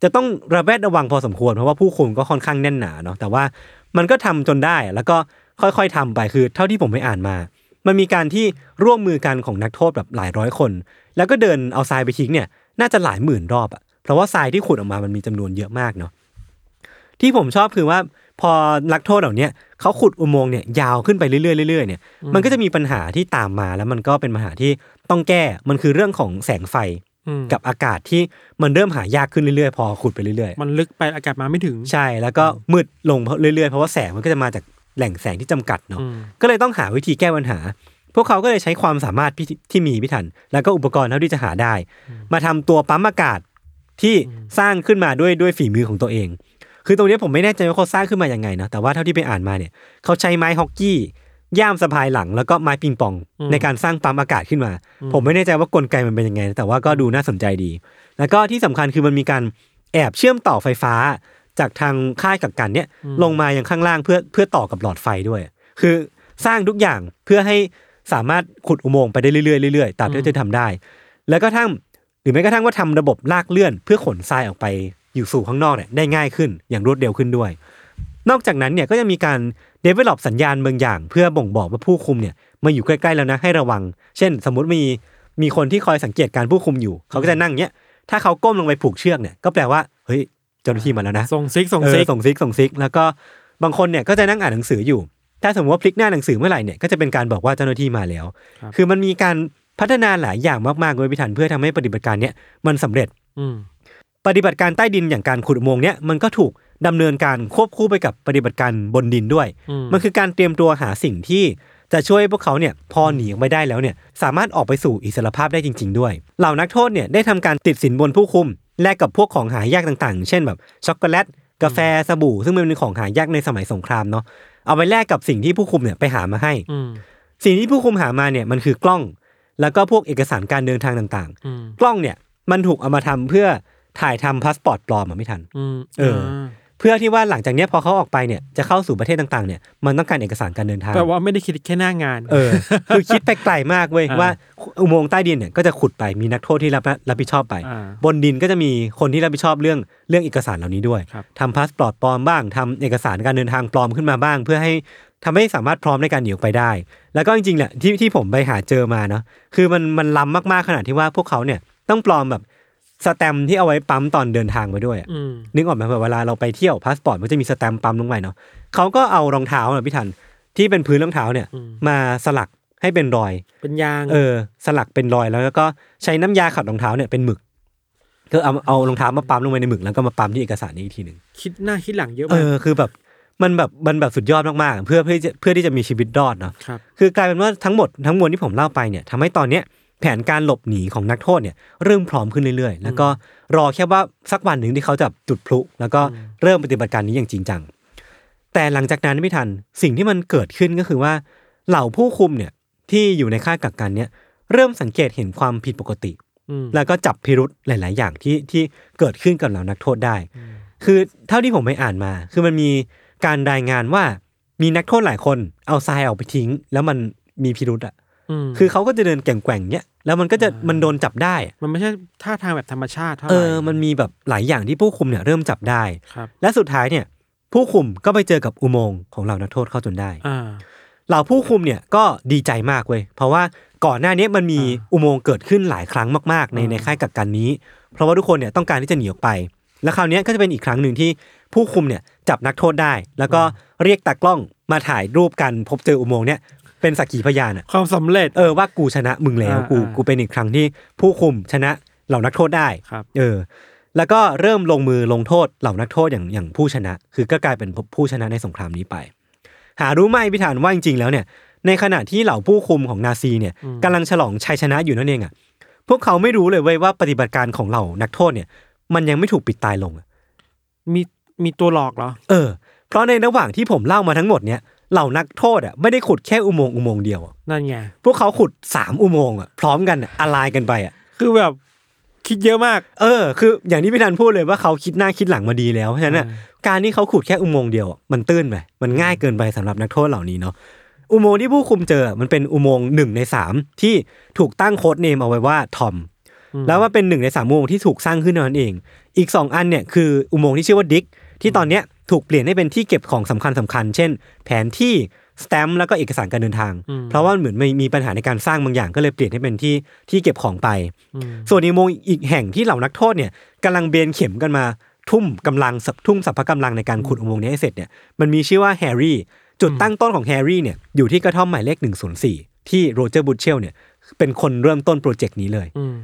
จะต้องระแวดระวังพอสมควรเพราะว่าผู้คุมก็ค่อนข้างแน่นหนาเนาะแต่ว่ามันก็ทำจนได้แล้วก็ค่อยๆทำไปคือ เท่าที่ผมไปอ่านมา มันมีการที่ร่วมมือกันของนักโทษแบบหลายร้อยคน แล้วก็เดินเอาทรายไปทิ้งเนี่ยน่าจะหลายหมื่นรอบอะเพราะว่าทรายที่ขุดออกมามันมีจำนวนเยอะมากเนาะ ที่ผมชอบคือว่าพอนักโทษเหล่าเนี้ยเขาขุดอุโมงค์เนี่ยยาวขึ้นไปเรื่อยๆเรื่อยๆเนี่ยมันก็จะมีปัญหาที่ตามมาแล้วมันก็เป็นปัญหาที่ต้องแก้มันคือเรื่องของแสงไฟ อืม กับอากาศที่มันเริ่มหายากขึ้นเรื่อยๆ พอขุดไปเรื่อย มันลึกไปอากาศมาไม่ถึง ๆ ใช่แล้วก็มืดลงเรื่อยๆ เพราะว่าแสงมันก็จะมาจากแหล่งแสงที่จำกัดเนาะ อืม ก็เลยต้องหาวิธีแก้ปัญหา พวกเขาก็เลยใช้ความสามารถพิธีที่มีพิถัน แล้วก็อุปกรณ์เท่าที่จะหาได้ มาทำตัวปั๊มอากาศที่สร้างขึ้นมาด้วยด้วยฝีมือของตัวเอง คือตรงเนี้ยผมไม่แน่ใจว่าเขาสร้างขึ้นมายังไงนะ แต่ว่าเท่าที่ไปอ่านมาเนี่ย เขาใช้ไม้ฮอกกี้ ย่ามสะพายหลัง แล้วก็ไม้ปิงปอง อืม ในการสร้างปั๊มอากาศขึ้นมา ผมไม่แน่ใจว่ากลไกมันเป็นยังไงนะแต่ว่าก็ดูน่าสนใจดี แล้วก็ที่สำคัญคือมันมีการแอบเชื่อมต่อไฟฟ้า จากทางค่ายกักกันเนี่ยลงมายังข้างล่างเพื่อเพื่อต่อกับหลอดไฟด้วย คือสร้างทุกอย่างเพื่อให้สามารถขุดอุโมงค์ไปได้เรื่อยๆเรื่อยๆตามที่จะทำได้ แล้วก็ทั้งหรือแม้กระทั่งว่าทำระบบลากเลื่อน เพื่อขนทรายออกไปอยู่สู่ข้างนอกเนี่ยได้ง่ายขึ้นอย่างรวดเร็วขึ้นด้วย นอกจากนั้นเนี่ยก็ยังมีการ develop สัญญาณบางอย่าง เพื่อบ่งบอกว่าผู้คุมเนี่ยมาอยู่ใกล้ๆแล้วนะให้ระวัง เช่น สมมติมีมีคนที่คอยสังเกตการผู้คุมอยู่ เขาก็จะนั่งเนี้ยถ้าเขาก้มลงไปผูกเชือกเนี่ยก็แปลว่าเฮ้ยเจ้าหน้าที่มาแล้วนะ ส่งซิกส่ง เออ ซิก ส่งซิกส่งซิกแล้วก็บางคนเนี่ยก็จะนั่งอ่านหนังสืออยู่ ถ้าสมมติว่าพลิกหน้าหนังสือเมื่อไหร่เนี่ยก็จะเป็นการบอกว่าเจ้าหน้าที่มาแล้ว ครับ คือมันมีการพัฒนาหลายอย่างมากๆเลยพิถันเพื่อทำให้ปฏิบัติการเนี่ยมันสำเร็จ อืม ปฏิบัติการใต้ดินอย่างการขุดอุโมงค์เนี่ยมันก็ถูกดำเนินการควบคู่ไปกับปฏิบัติการบนดินด้วย อืม มันคือการเตรียมตัวหาสิ่งที่จะช่วยพวกเขาเนี่ยพอหนีออกไปได้แล้วเนี่ยสามารถออกไปสู่อิสรภาพได้จริง ๆ ด้วย เหล่านักโทษเนี่ยได้ทำการติดสินบนผู้คุม แลกกับพวกของหายากต่างๆ เช่นแบบช็อกโกแลต กาแฟสบู่ ซึ่งมันเป็นของหายากในสมัยสงครามเนาะเอาไปแลกกับสิ่งที่ผู้คุมเนี่ยไปหามาให้ อืม สิ่งที่ผู้คุมหามาเนี่ยมันคือกล้อง แล้วก็พวกเอกสารการเดินทางต่าง อืม ๆ กล้องเนี่ยมันถูกเอามาทำเพื่อถ่ายทำพาสปอร์ตปลอมอะไม่ทัน อืม เออ เพื่อที่ว่าหลังจากเนี้ยพอเขาออกไปเนี่ยจะเข้าสู่ประเทศต่างๆเนี่ยมันต้องการเอกสารการเดินทาง แปลว่าไม่ได้คิดแค่หน้างาน เออ คือคิดไปไกลมากเว้ย อ่า ว่าอุโมงค์ใต้ดินเนี่ยก็จะขุดไปมีนักโทษที่รับรับผิดชอบไป อ่า บนดินก็จะมีคนที่รับผิดชอบเรื่องเรื่องเอกสารเหล่านี้ด้วย ครับ ทำพาสปอร์ตปลอมบ้างทำเอกสารการเดินทางปลอมขึ้นมาบ้าง เพื่อให้ทำให้สามารถพร้อมในการหนีออกไปได้ แล้วก็จริงๆแหละที่ที่ผมไปหาเจอมาเนาะคือมันมันล้ำมากๆขนาดที่ว่าพวกเขาเนี่ยต้องปลอมแบบสแตมป์ที่เอาไว้ปั๊มตอนเดินทางไปด้วยอะ อืม นึกออกไหมแบบเวลาเราไปเที่ยวพาสปอร์ตมันจะมีสแตมป์ปั๊มลงไปเนาะเขาก็เอารองเท้าน่ะพี่ทันที่เป็นพื้นรองเท้าเนี่ย อืม มาสลักให้เป็นรอย เป็นยาง เออ สลักเป็นรอยแล้วก็ใช้น้ำยาขัดรองเท้าเนี่ยเป็นหมึกก็เอาเอารองเท้ามาปั๊มลงไปในหมึกแล้วก็มาปั๊มที่เอกสารนี้อีกทีหนึ่ง คิดหน้าคิดหลังเยอะ เอ มาก อคือแบบมันแบบมันแบบสุดยอดมากๆ เพื่อเพื่อที่จะเพื่อที่จะมีชีวิตรอดเนาะ ครับ คือกลายเป็นว่าทั้งหมดทั้งมวลที่ผมเล่าไปเนี่ยทำให้ตอนเนี้ยแผนการหลบหนีของนักโทษเนี่ยเริ่มพร้อมขึ้นเรื่อยๆ แล้วก็รอแค่ว่าสักวันหนึ่งที่เขาจะจุดพลุ แล้วก็เริ่มปฏิบัติการนี้อย่างจริงจัง แต่หลังจากนั้นไม่ทันสิ่งที่มันเกิดขึ้นก็คือว่า เหล่าผู้คุมเนี่ยที่อยู่ในค่ายกักกันเนี่ยเริ่มสังเกตเห็นความผิดปกติ อืม แล้วก็จับพิรุธหลาย ๆ อย่างที่ที่เกิดขึ้นกับเหล่านักโทษได้ คือเท่าที่ผมไปอ่านมา คือมันมีการรายงานว่ามีนักโทษหลายคนเอาทรายออกไปทิ้ง แล้วมันมีพิรุธอ่ะ อืม คือเขาก็จะเดินแกว่งๆเนี้ย แล้วมันก็จะมันโดนจับได้อะ มันไม่ใช่ท่าทางแบบธรรมชาติเท่าไห เอ ร่ อ มันมีแบบหลายอย่างที่ผู้คุมเนี่ยเริ่มจับได้ ครับ และสุดท้ายเนี่ย ผู้คุมก็ไปเจอกับอุโมงค์ของเหล่านักโทษเข้าจนได้ อ่า เหล่าผู้คุมเนี่ยก็ดีใจมากเว้ยเพราะว่าก่อนหน้านี้มันมีอุโมงค์เกิดขึ้นหลายครั้งมากๆ ใน อืม ในค่ายกักกันนี้ เพราะว่าทุกคนเนี่ยต้องการที่จะหนีออกไป แล้วคราวเนี้ยก็จะเป็นอีกครั้งหนึ่งที่ผู้คุมเนี่ยจับนักโทษได้ แล้วก็เรียกตากล้องมาถ่ายรูปกันพบเจออุโมงค์เนี่ยเป็นสักขีพยานอะ ความสำเร็จ เออว่ากูชนะมึงแล้วกู อ่าอ่ากู กูเป็นอีกครั้งที่ผู้คุมชนะเหล่านักโทษได้ ครับ เออ แล้วก็เริ่มลงมือลงโทษเหล่านักโทษอย่างอย่างผู้ชนะ คือก็กลายเป็นผู้ชนะในสงครามนี้ไป หารู้ไหมพิธานว่าจริงๆแล้วเนี่ย ในขณะที่เหล่าผู้คุมของนาซีเนี่ย อืม กำลังฉลองชัยชนะอยู่นั่นเองอะ่ะ พวกเขาไม่รู้เลยเว้ยว่าปฏิบัติการของเหล่านักโทษเนี่ย มันยังไม่ถูกปิดตายลงอะ มีมีตัวหลอกเหรอ เออ เพราะในระหว่างที่ผมเล่ามาทั้งหมดเนี่ยเหล่านักโทษอ่ะไม่ได้ขุดแค่อุโมงค์อุโมงค์เดียวอะ นั่นไง พวกเขาขุดสามอุโมงค์อ่ะพร้อมกันอะอะไรกันไปอ่ะ คือแบบคิดเยอะมาก เออคืออย่างที่พี่ธันพูดเลยว่าเขาคิดหน้าคิดหลังมาดีแล้วเพราะฉะนั้นนะการที่เขาขุดแค่อุโมงค์เดียวอะมันตื้นไปมันง่ายเกินไปสำหรับนักโทษเหล่านี้เนาะอุโมงค์ที่ผู้คุมเจอมันเป็นอุโมงค์หนึ่งในสามที่ถูกตั้งโค้ดเนมเอาไว้ว่าทอม อืม แล้วว่าเป็นหนึ่งในสามอุโมงค์ที่ถูกสร้างขึ้นเท่านั้นเอง อีกสองอันเนี่ยคืออุโมงค์ที่ชื่อว่าดิกที่ตอนเนี้ยถูกเปลี่ยนให้เป็นที่เก็บของสำคัญสคัญๆเช่น แผนที่สแตมป์แล้วก็เอกสารการเดินทาง เพราะว่าเหมือนมีมีปัญหาในการสร้างบางอย่างก็เลยเปลี่ยนให้เป็นที่ที่เก็บของไป อืม ส่วนอีกโมงอีกแห่งที่เหล่านักโทษเนี่ยกำลังเบนเข็มกันมาทุ่มกำลังสับทุ่มสัพพะกำลังในการขุดอุโมงค์นี้ให้เสร็จเนี่ยมันมีชื่อว่าแฮร์รี่ จุดตั้งต้นของแฮร์รี่เนี่ยอยู่ที่กระท่อมหมายเลข 104 ที่โรเจอร์บูชเชลเนี่ยเป็นคนเริ่มต้นโปรเจกต์นี้เลย อืม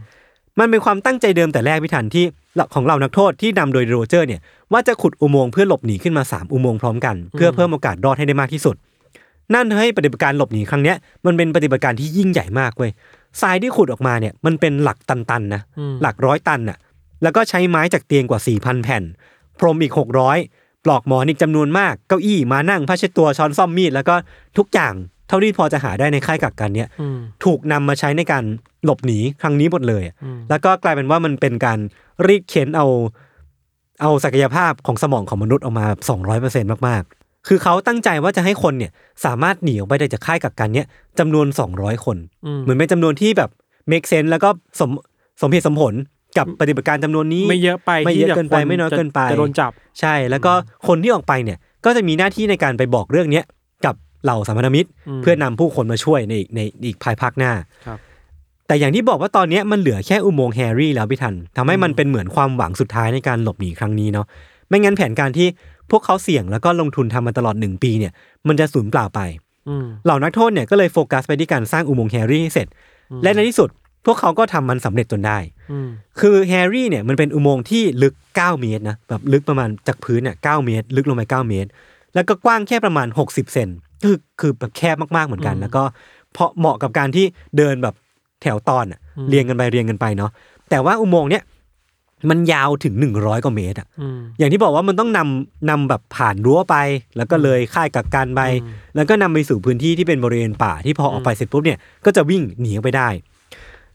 มันเป็นความตั้งใจเดิมแต่แรกพิธันที่ของเหล่านักโทษที่นำโดยโรเจอร์เนี่ยว่าจะขุดอุโมงค์เพื่อหลบหนีขึ้นมาสามอุโมงค์พร้อมกัน เพื่อเพิ่มโอกาสรอดให้ได้มากที่สุด นั่นทำให้ปฏิบัติการหลบหนีครั้งเนี้ยมันเป็นปฏิบัติการที่ยิ่งใหญ่มากเว้ยทรายที่ขุดออกมาเนี่ยมันเป็นหลักตันๆนะ อืม หลักร้อยตันน่ะ แล้วก็ใช้ไม้จากเตียงกว่า 4,000 แผ่น พรมอีก 600 ปลอกหมอนอีกจำนวนมาก เก้าอี้มานั่งผ้าเช็ดตัวช้อนซ่อมมีด แล้วก็ทุกอย่างเท่าที่พอจะหาได้ในค่ายกักกันเนี่ย อืม ถูกนำมาใช้ในการหลบหนีครั้งนี้หมดเลยอะ อืม แล้วก็กลายเป็นว่ามันเป็นการรีดเข็นเอา เอาศักยภาพของสมองของมนุษย์ออกมาแบบสองร้อยเปอร์เซ็นต์มากๆ คือเขาตั้งใจว่าจะให้คนเนี่ยสามารถหนีออกไปได้จากค่ายกักกันเนี่ยจำนวนสองร้อยคน อืม เหมือนเป็นจำนวนที่แบบ make sense แล้วก็สมสมเหตุสมผลกับปฏิบัติการจำนวนนี้ ไม่เยอะไป ไม่เยอะ ที่ เกินไป ค ไม่น้อย จะ เกินไป จะโดนจับ ใช่แล้วก็คนที่ออกไปเนี่ยก็จะมีหน้าที่ในการไปบอกเรื่องเนี้ยกับเหล่าสัมพันธมิตร อืม เพื่อนำผู้คนมาช่วยในอีกในอีกภายภาคหน้า ครับ แต่อย่างที่บอกว่าตอนเนี้ยมันเหลือแค่อุโมงค์แฮร์รี่แล้วพี่ทันทำให้มันเป็นเหมือนความหวังสุดท้ายในการหลบหนีครั้งนี้เนาะไม่งั้นแผนการที่พวกเขาเสี่ยงแล้วก็ลงทุนทำมาตลอดหนึ่งปีเนี่ยมันจะสูญเปล่าไป อืม เหล่านักโทษเนี่ยก็เลยโฟกัสไปที่การสร้างอุโมงค์แฮร์รี่ให้เสร็จ และในที่สุดพวกเขาก็ทำมันสำเร็จจนได้ อืม คือแฮร์รี่เนี่ยมันเป็นอุโมงค์ที่ลึก 9 เมตรนะแบบลึกประมาณจากพื้นเนี่ยเเมตร ลึกลงไป 9 เมตร แล้วก็กว้างแค่ประมาณ 60 เซนคือคือแบบแคบมากๆเหมือนกัน อืม แล้วก็เพราะเหมาะกับการที่เดินแบบแถวตอนอะ อืม เรียงกันไปเรียงกันไปเนาะแต่ว่าอุโมงค์เนี่ย มันยาวถึงหนึ่งร้อยกว่าเมตรอะ อืม อย่างที่บอกว่ามันต้องนำนำแบบผ่านรั้วไป แล้วก็เลยค่ายกักกันไป อืม แล้วก็นำไปสู่พื้นที่ที่เป็นบริเวณป่าที่พอออกไปเสร็จปุ๊บเนี่ยก็จะวิ่งหนีออกไปได้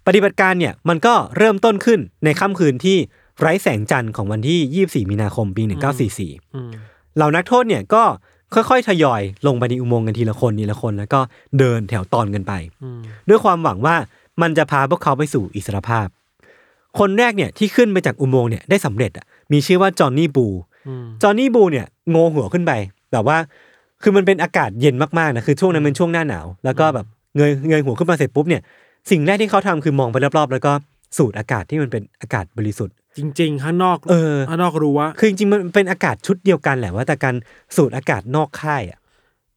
ปฏิบัติการเนี่ยมันก็เริ่มต้นขึ้นในค่ำคืนที่ไร้แสงจันทร์ของวันที่ 24 มีนาคมปี 1944 อืม เหล่านักโทษเนี่ยก็ค่อยๆ ทยอยลงไปในอุโมงค์กันทีละคนทีละคน แล้วก็เดินแถวตอนกันไป อืม ด้วยความหวังว่ามันจะพาพวกเขาไปสู่อิสรภาพ คนแรกเนี่ยที่ขึ้นไปจากอุโมงค์เนี่ยได้สำเร็จอ่ะมีชื่อว่าจอห์นนี่บู อืม จอห์นนี่บูเนี่ยโงงหัวขึ้นไปแบบว่า คือมันเป็นอากาศเย็นมากๆนะคือช่วงนั้นเป็นช่วงหน้าหนาว แล้วก็แบบเงยเงยหัวขึ้นมาเสร็จปุ๊บเนี่ยสิ่งแรกที่เขาทำคือมองไปรอบๆ แล้วก็สูดอากาศที่มันเป็นอากาศบริสุทธิ์ จริง ๆ ข้างนอก เออ ข้างนอกรู้ว่า คือจริงๆมันเป็นอากาศชุดเดียวกันแหละว่าแต่การสูดอากาศนอกค่ายอ่ะ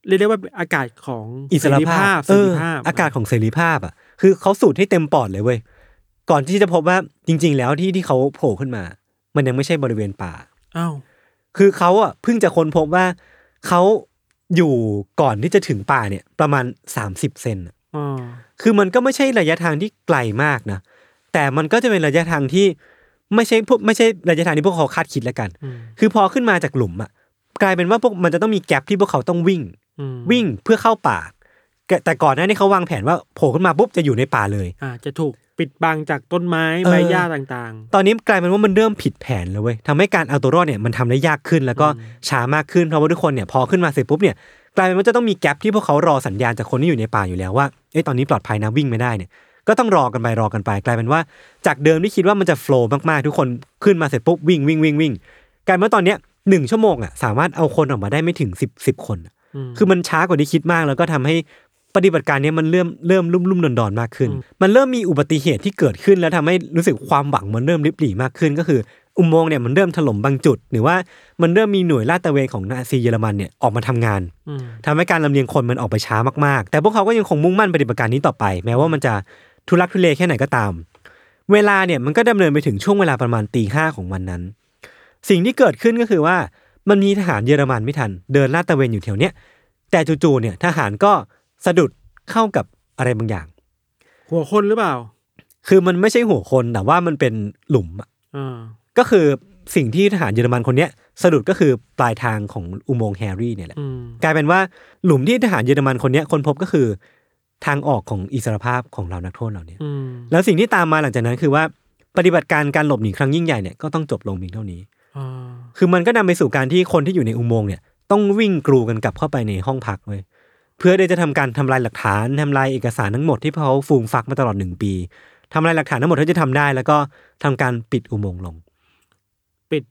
เรียกได้ว่าเป็นอากาศของ อิสรภาพ เสรีภาพ เอออากาศของเสรีภาพอ่ะ คือเขาสูดให้เต็มปอดเลยเว้ย ก่อนที่จะพบว่าจริง ๆ แล้วที่ที่เขาโผล่ขึ้นมา มันยังไม่ใช่บริเวณป่า เอ้าว คือเขาอ่ะเพิ่งจะค้นพบว่าเขาอยู่ก่อนที่จะถึงป่าเนี่ย ประมาณ 30 เซนอะ อ๋อ คือมันก็ไม่ใช่ระยะทางที่ไกลมากนะ แต่มันก็จะเป็นระยะทางที่ไม่ใช่พวกไม่ใช่ระยะทางที่พวกเขาคาดคิดแล้วกัน อืม คือพอขึ้นมาจากหลุมอ่ะ กลายเป็นว่าพวกมันจะต้องมีแกลบที่พวกเขาต้องวิ่ง อืม วิ่งเพื่อเข้าป่าแต่แต่ก่อนหน้านี้เขาวางแผนว่าโผล่ขึ้นมาปุ๊บจะอยู่ในป่าเลย อ่าจะถูกปิดบังจากต้นไม้ เออ ใบหญ้าต่าง ตอนนี้กลายเป็นว่ามันเริ่มผิดแผนแล้วเว้ยทำให้การเอาตัวรอดเนี่ยมันทำได้ยากขึ้นแล้วก็ อืม ช้ามากขึ้นเพราะว่าทุกคนเนี่ยพอขึ้นมาเสร็จปุ๊บเนี่ยกลายเป็นว่าจะต้องมีแกลบที่พวกเขารอสัญญาณจากคนที่อยู่ในป่าอยู่แล้วว่าเอ้ยตอนนี้ปลอดภัยนะวิ่งไม่ได้เนี่ยก็ต้องรอกันไปรอกันไป กลายเป็นว่าจากเดิมที่คิดว่ามันจะโฟล์มากๆทุกคนขึ้นมาเสร็จปุ๊บวิ่งวิ่งวิ่งวิ่งกลายเป็นว่าตอนเนี้ยหนึ่งชั่วโมงอ่ะสามารถเอาคนออกมาได้ไม่ถึงสิบสิบคน ๆอืม คือมันช้ากว่าที่คิดมากแล้วก็ทำให้ปฏิบัติการเนี้ยมันเริ่มเริ่มลุ่มลุ่มดอนดอนๆมากขึ้น อืม มันเริ่มมีอุบัติเหตุที่เกิดขึ้นแล้วทำให้รู้สึกความหวังมันเริ่มริบหรี่มากขึ้น ก็คืออุโมงค์เนี่ยมันเริ่มถล่มบางจุด หรือว่ามันเริ่มมีหน่วยลาดตระเวนของนาซีเยอรมันเนี่ยออกมาทำงาน อืม ทำให้การลำเลียงคนมันออกไปช้ามากๆ แต่พวกเขาก็ยังคงมุ่งมั่นปฏิบัติการนี้ต่อไป แม้ว่ามันจะทุลักทุเลแค่ไหนก็ตาม เวลาเนี่ยมันก็ดำเนินไปถึงช่วงเวลาประมาณตีห้าของวันนั้น สิ่งที่เกิดขึ้นก็คือว่ามันมีทหารเยอรมันไม่ทัน เดินลาดตระเวนอยู่แถวเนี้ยแต่จู่ๆเนี่ยทหารก็สะดุดเข้ากับอะไรบางอย่าง หัวคนหรือเปล่า คือมันไม่ใช่หัวคนแต่ว่ามันเป็นหลุมอะ อ่า ก็คือสิ่งที่ทหารเยอรมันคนเนี้ยสะดุดก็คือปลายทางของอุโมงค์แฮร์รี่เนี่ยแหละ อืม กลายเป็นว่าหลุมที่ทหารเยอรมันคนเนี้ยคนพบก็คือ ทางออกของอิสรภาพของเรานักโทษเหล่าเนี้ย อืม แล้วสิ่งที่ตามมาหลังจากนั้นคือว่าปฏิบัติการการหลบหนีครั้งยิ่งใหญ่เนี่ยก็ต้องจบลงเพียงเท่านี้ อ่า คือมันก็นำไปสู่การที่คนที่อยู่ในอุโมงค์เนี่ยต้องวิ่งกรูกันกลับเข้าไปในห้องพักเว้ยเพื่อที่จะทำการทำลายหลักฐานทำลายเอกสารทั้งหมดที่เขาฟูมฟักมาตลอดหนึ่งปีทำลายหลักฐานทั้งหมดเท่าที่จะทำได้ แล้วก็ทำการปิดอุโมงค์ลง ปิด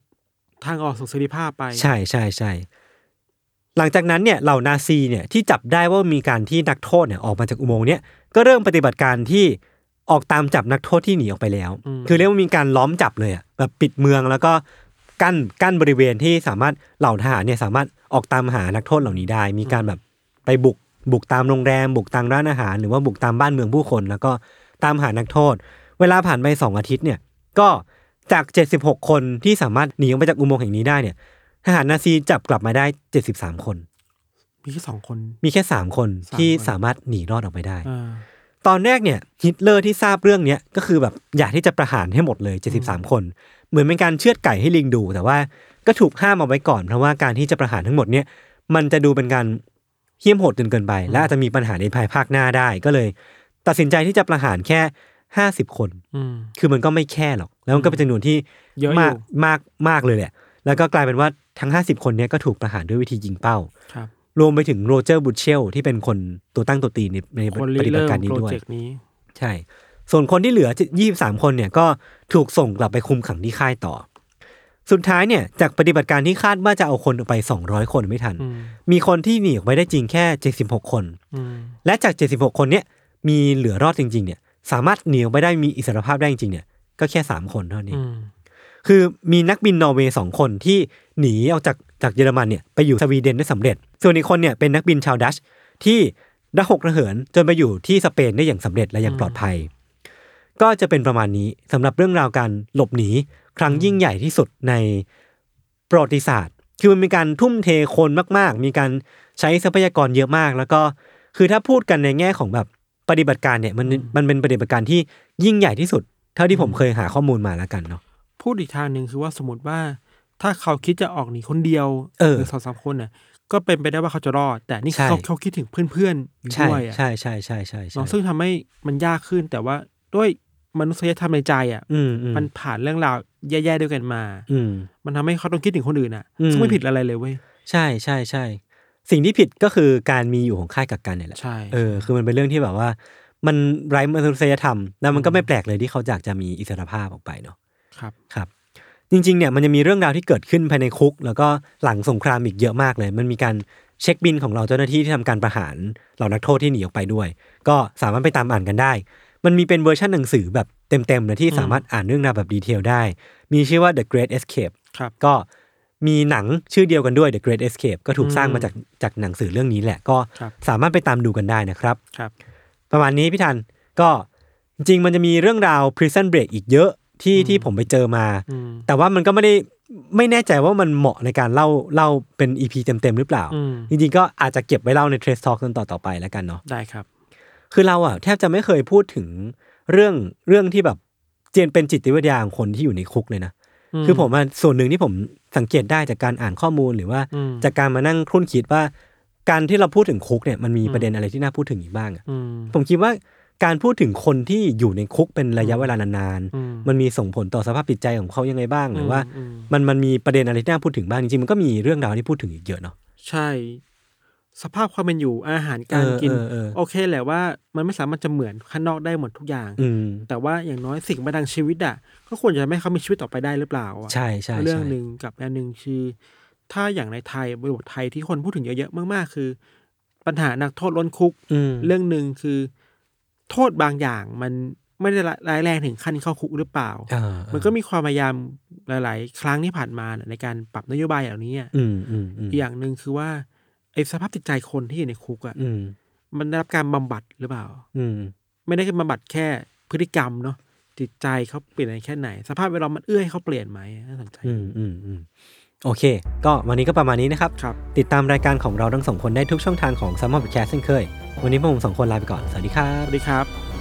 ทางออกสู่เสรีภาพไป ใช่ใช่ใช่หลังจากนั้นเนี่ยเหล่านาซีเนี่ยที่จับได้ว่ามีการที่นักโทษเนี่ยออกมาจากอุโมงค์เนี่ยก็เริ่มปฏิบัติการที่ออกตามจับนักโทษที่หนีออกไปแล้ว คือเรียกว่ามีการล้อมจับเลยอะแบบปิดเมืองแล้วก็กั้นกั้นบริเวณที่สามารถเหล่าทหารเนี่ยสามารถออกตามหานักโทษเหล่านี้ได้ มีการแบบไปบุกบุกตามโรงแรม บุกตามร้านอาหาร หรือว่าบุกตามบ้านเมืองผู้คน แล้วก็ตามหานักโทษ เวลาผ่านไปสองอาทิตย์เนี่ยก็จาก 76 คนที่สามารถหนีออกไปจากอุโมงค์แห่งนี้ได้เนี่ย ทหารนาซีจับกลับมาได้ 73 คน มีแค่สองคน มีแค่ 3 คน สาม ที่ คน สามารถหนีรอดออกไปได้ อ่า ตอนแรกเนี่ยฮิตเลอร์ที่ทราบเรื่องเนี้ยก็คือแบบอยากที่จะประหารให้หมดเลย 73 คน เหมือนเป็นการเชือดไก่ให้ลิงดู แต่ว่าก็ถูกห้ามเอาไว้ก่อน เพราะว่าการที่จะประหารทั้งหมดเนี่ยมันจะดูเป็นการเหี้ยมโหดจนเกินไป และอาจจะมีปัญหาในภายภาคหน้าได้ก็เลย ตัดสินใจที่จะประหารแค่ 50 คน อืม คือมันก็ไม่แค่หรอก แล้วมันก็เป็นจำนวนที่ เยอะอยู่ มากมากมากเลยแหละ แล้วก็กลายเป็นว่าทั้ง 50 คนเนี้ยก็ถูกประหารด้วยวิธียิงเป้า ครับ รวมไปถึงโรเจอร์บูทเชลที่เป็นคนตัวตั้งตัวตีในใน คน ปฏิบั เริ่ ติ ม การนี้ โปร ด้วย เจกต์นี้ ใช่ ส่วนคนที่เหลือ 23 คนเนี่ยก็ถูกส่งกลับไปคุมขังที่ค่ายต่อ สุดท้ายเนี่ยจากปฏิบัติการที่คาดว่าจะเอาคนออกไป 200 คนไม่ทัน อืม มีคนที่หนีออกไปได้จริงแค่ 76 คน อืม และจาก 76 คนเนี่ยมีเหลือรอดจริงๆเนี่ยสามารถหนีออกไปได้มีอิสรภาพได้จริงๆเนี่ยก็แค่ 3 คนเท่านี้ อืม คือมีนักบินนอร์เวย์สองคนที่หนีออกจากจากเยอรมันเนี่ยไปอยู่สวีเดนได้สำเร็จ ส่วนอีกคนเนี่ยเป็นนักบินชาวดัชที่ระหกระเหินจนไปอยู่ที่สเปนได้อย่างสำเร็จและอย่างปลอดภัย ก็จะเป็นประมาณนี้สำหรับเรื่องราวการหลบหนีครั้งยิ่งใหญ่ที่สุดในประวัติศาสตร์ คือมันมีการทุ่มเทคนมาก ๆ มีการใช้ทรัพยากรเยอะมาก แล้วก็คือถ้าพูดกันในแง่ของแบบปฏิบัติการเนี่ยมันมันเป็นปฏิบัติการที่ยิ่งใหญ่ที่สุด เท่าที่ผมเคยหาข้อมูลมาแล้วกันเนาะ พูดอีกทางหนึ่งคือว่าสมมติว่า ถ้าเขาคิดจะออกหนีคนเดียว เออ หรือสองสามคนน่ะ ก็เป็นไปได้ว่าเขาจะรอด แต่นี่ ใช่ เขาเขาคิดถึงเพื่อนๆอยู่ ใช่ ด้วยอะ ใช่ใช่ใช่ใช่ เน ใช่ อะซึ่งทำให้มันยากขึ้นแต่ว่าด้วยมนุษยธรรมในใจอ่ะ อืมอืม มันผ่านเรื่องราวแย่ๆด้วยกันมา อืม มันทำให้เขาต้องคิดถึงคนอื่นอ่ะ อืม ซึ่งไม่ผิดอะไรเลยเว้ย ใช่ใช่ใช่ สิ่งที่ผิดก็คือการมีอยู่ของค่ายกักกันเนี่ยแหละ ใช่ เออ คือมันเป็นเรื่องที่แบบว่า มันไร้มนุษยธรรม แล้วมันก็ไม่แปลกเลยที่เขาอยากจะมีอิสรภาพออกไปเนาะ ครับ ครับ จริงๆ เนี่ยมันจะมีเรื่องราวที่เกิดขึ้นภายในคุก แล้วก็หลังสงครามอีกเยอะมากเลย มันมีการเช็คบินของเราเจ้าหน้าที่ที่ทำการประหารเหล่านักโทษที่หนีออกไปด้วย ก็สามารถไปตามอ่านกันได้ มันมีเป็นเวอร์ชันหนังสือแบบเต็มๆเลยที่ อืม สามารถอ่านเรื่องราวแบบดีเทลได้ มีชื่อว่า The Great Escape ครับ ก็มีหนังชื่อเดียวกันด้วย The Great Escape ก็ถูกสร้างมา อืม จากจากหนังสือเรื่องนี้แหละ ก็ ครับ สามารถไปตามดูกันได้นะครับ ครับ ประมาณนี้พี่ทันก็จริงๆ มันจะมีเรื่องราว Prison Break อีกเยอะที่ที่ผมไปเจอมา อืม แต่ว่ามันก็ไม่ได้ไม่แน่ใจว่ามันเหมาะในการเล่าเล่าเป็น EP เต็มๆ หรือเปล่า อืม จริงๆ ก็อาจจะเก็บไว้เล่าใน Trace Talk ตอนต่อๆไปแล้วกันเนาะ ได้ครับ คือเราอะแทบจะไม่เคยพูดถึงเรื่องเรื่องที่แบบเจนเป็นจิตวิทยาของคนที่อยู่ในคุกเลยนะ คือผมอะส่วนหนึ่งที่ผมสังเกตได้จากการอ่านข้อมูลหรือว่า อืม จากการมานั่งครุ่นคิดว่า การที่เราพูดถึงคุกเนี่ยมันมี อืม ประเด็นอะไรที่น่าพูดถึงอีกบ้างอะ อืม ผมคิดว่าการพูดถึงคนที่อยู่ในคุกเป็นระยะเวลานาน อื ๆมันมีส่งผลต่อสภาพจิตใจของเขายังไงบ้างหรือว่า อืม มันมันมีประเด็นอะไรที่น่าพูดถึงบ้างจริงๆมันก็มีเรื่องราวที่พูดถึงอีกเยอะเนาะ ใช่ สภาพความเป็นอยู่อาหารการกิน เออเออเออ โอเคแหละว่ามันไม่สามารถจะเหมือนข้างนอกได้หมดทุกอย่าง อืม แต่ว่าอย่างน้อยสิ่งบันดังชีวิตอ่ะก็ควรจะทำให้เขามีชีวิตต่อไปได้หรือเปล่าอะ ใช่ใช่ใช่ เรื่องหนึ่งกับอันหนึ่งคือ ถ้าอย่างในไทยบริบทไทยที่คนพูดถึงเยอะๆมากๆ คือ ปัญหานักโทษล้นคุก อืม เรื่องหนึ่งคือ โทษบางอย่างมันไม่ได้ร้ายแรงถึงขั้นเข้าคุกหรือเปล่า อ่าอ่า มันก็มีความพยายามหลาย ๆ ครั้งที่ผ่านมาน่ะในการปรับนโยบายเหล่านี้อะ อืมอืมอืม อีกอย่างหนึ่งคือว่าไอ้สภาพจิตใจคนที่อยู่ในคุกอะ่ะ อืม มันได้รับการบำบัดหรือเปล่า อืม ไม่ได้แค่บำบัดแค่พฤติกรรมเนาะจิตใจเขาเปลี่ยนอะไรแค่ไหน สภาพแวดล้อมมันเอื้อให้เขาเปลี่ยนไหมน่าสนใจ อืมอืมอืมโอเค ก็วันนี้ก็ประมาณนี้นะครับ ครับ ติดตามรายการของเราทั้งสองคนได้ทุกช่องทางของ s ัมมอนแคสเช่นเคย วันนี้พวกผมสองคนลาไปก่อน สวัสดีครั ส บ วัสดีครับ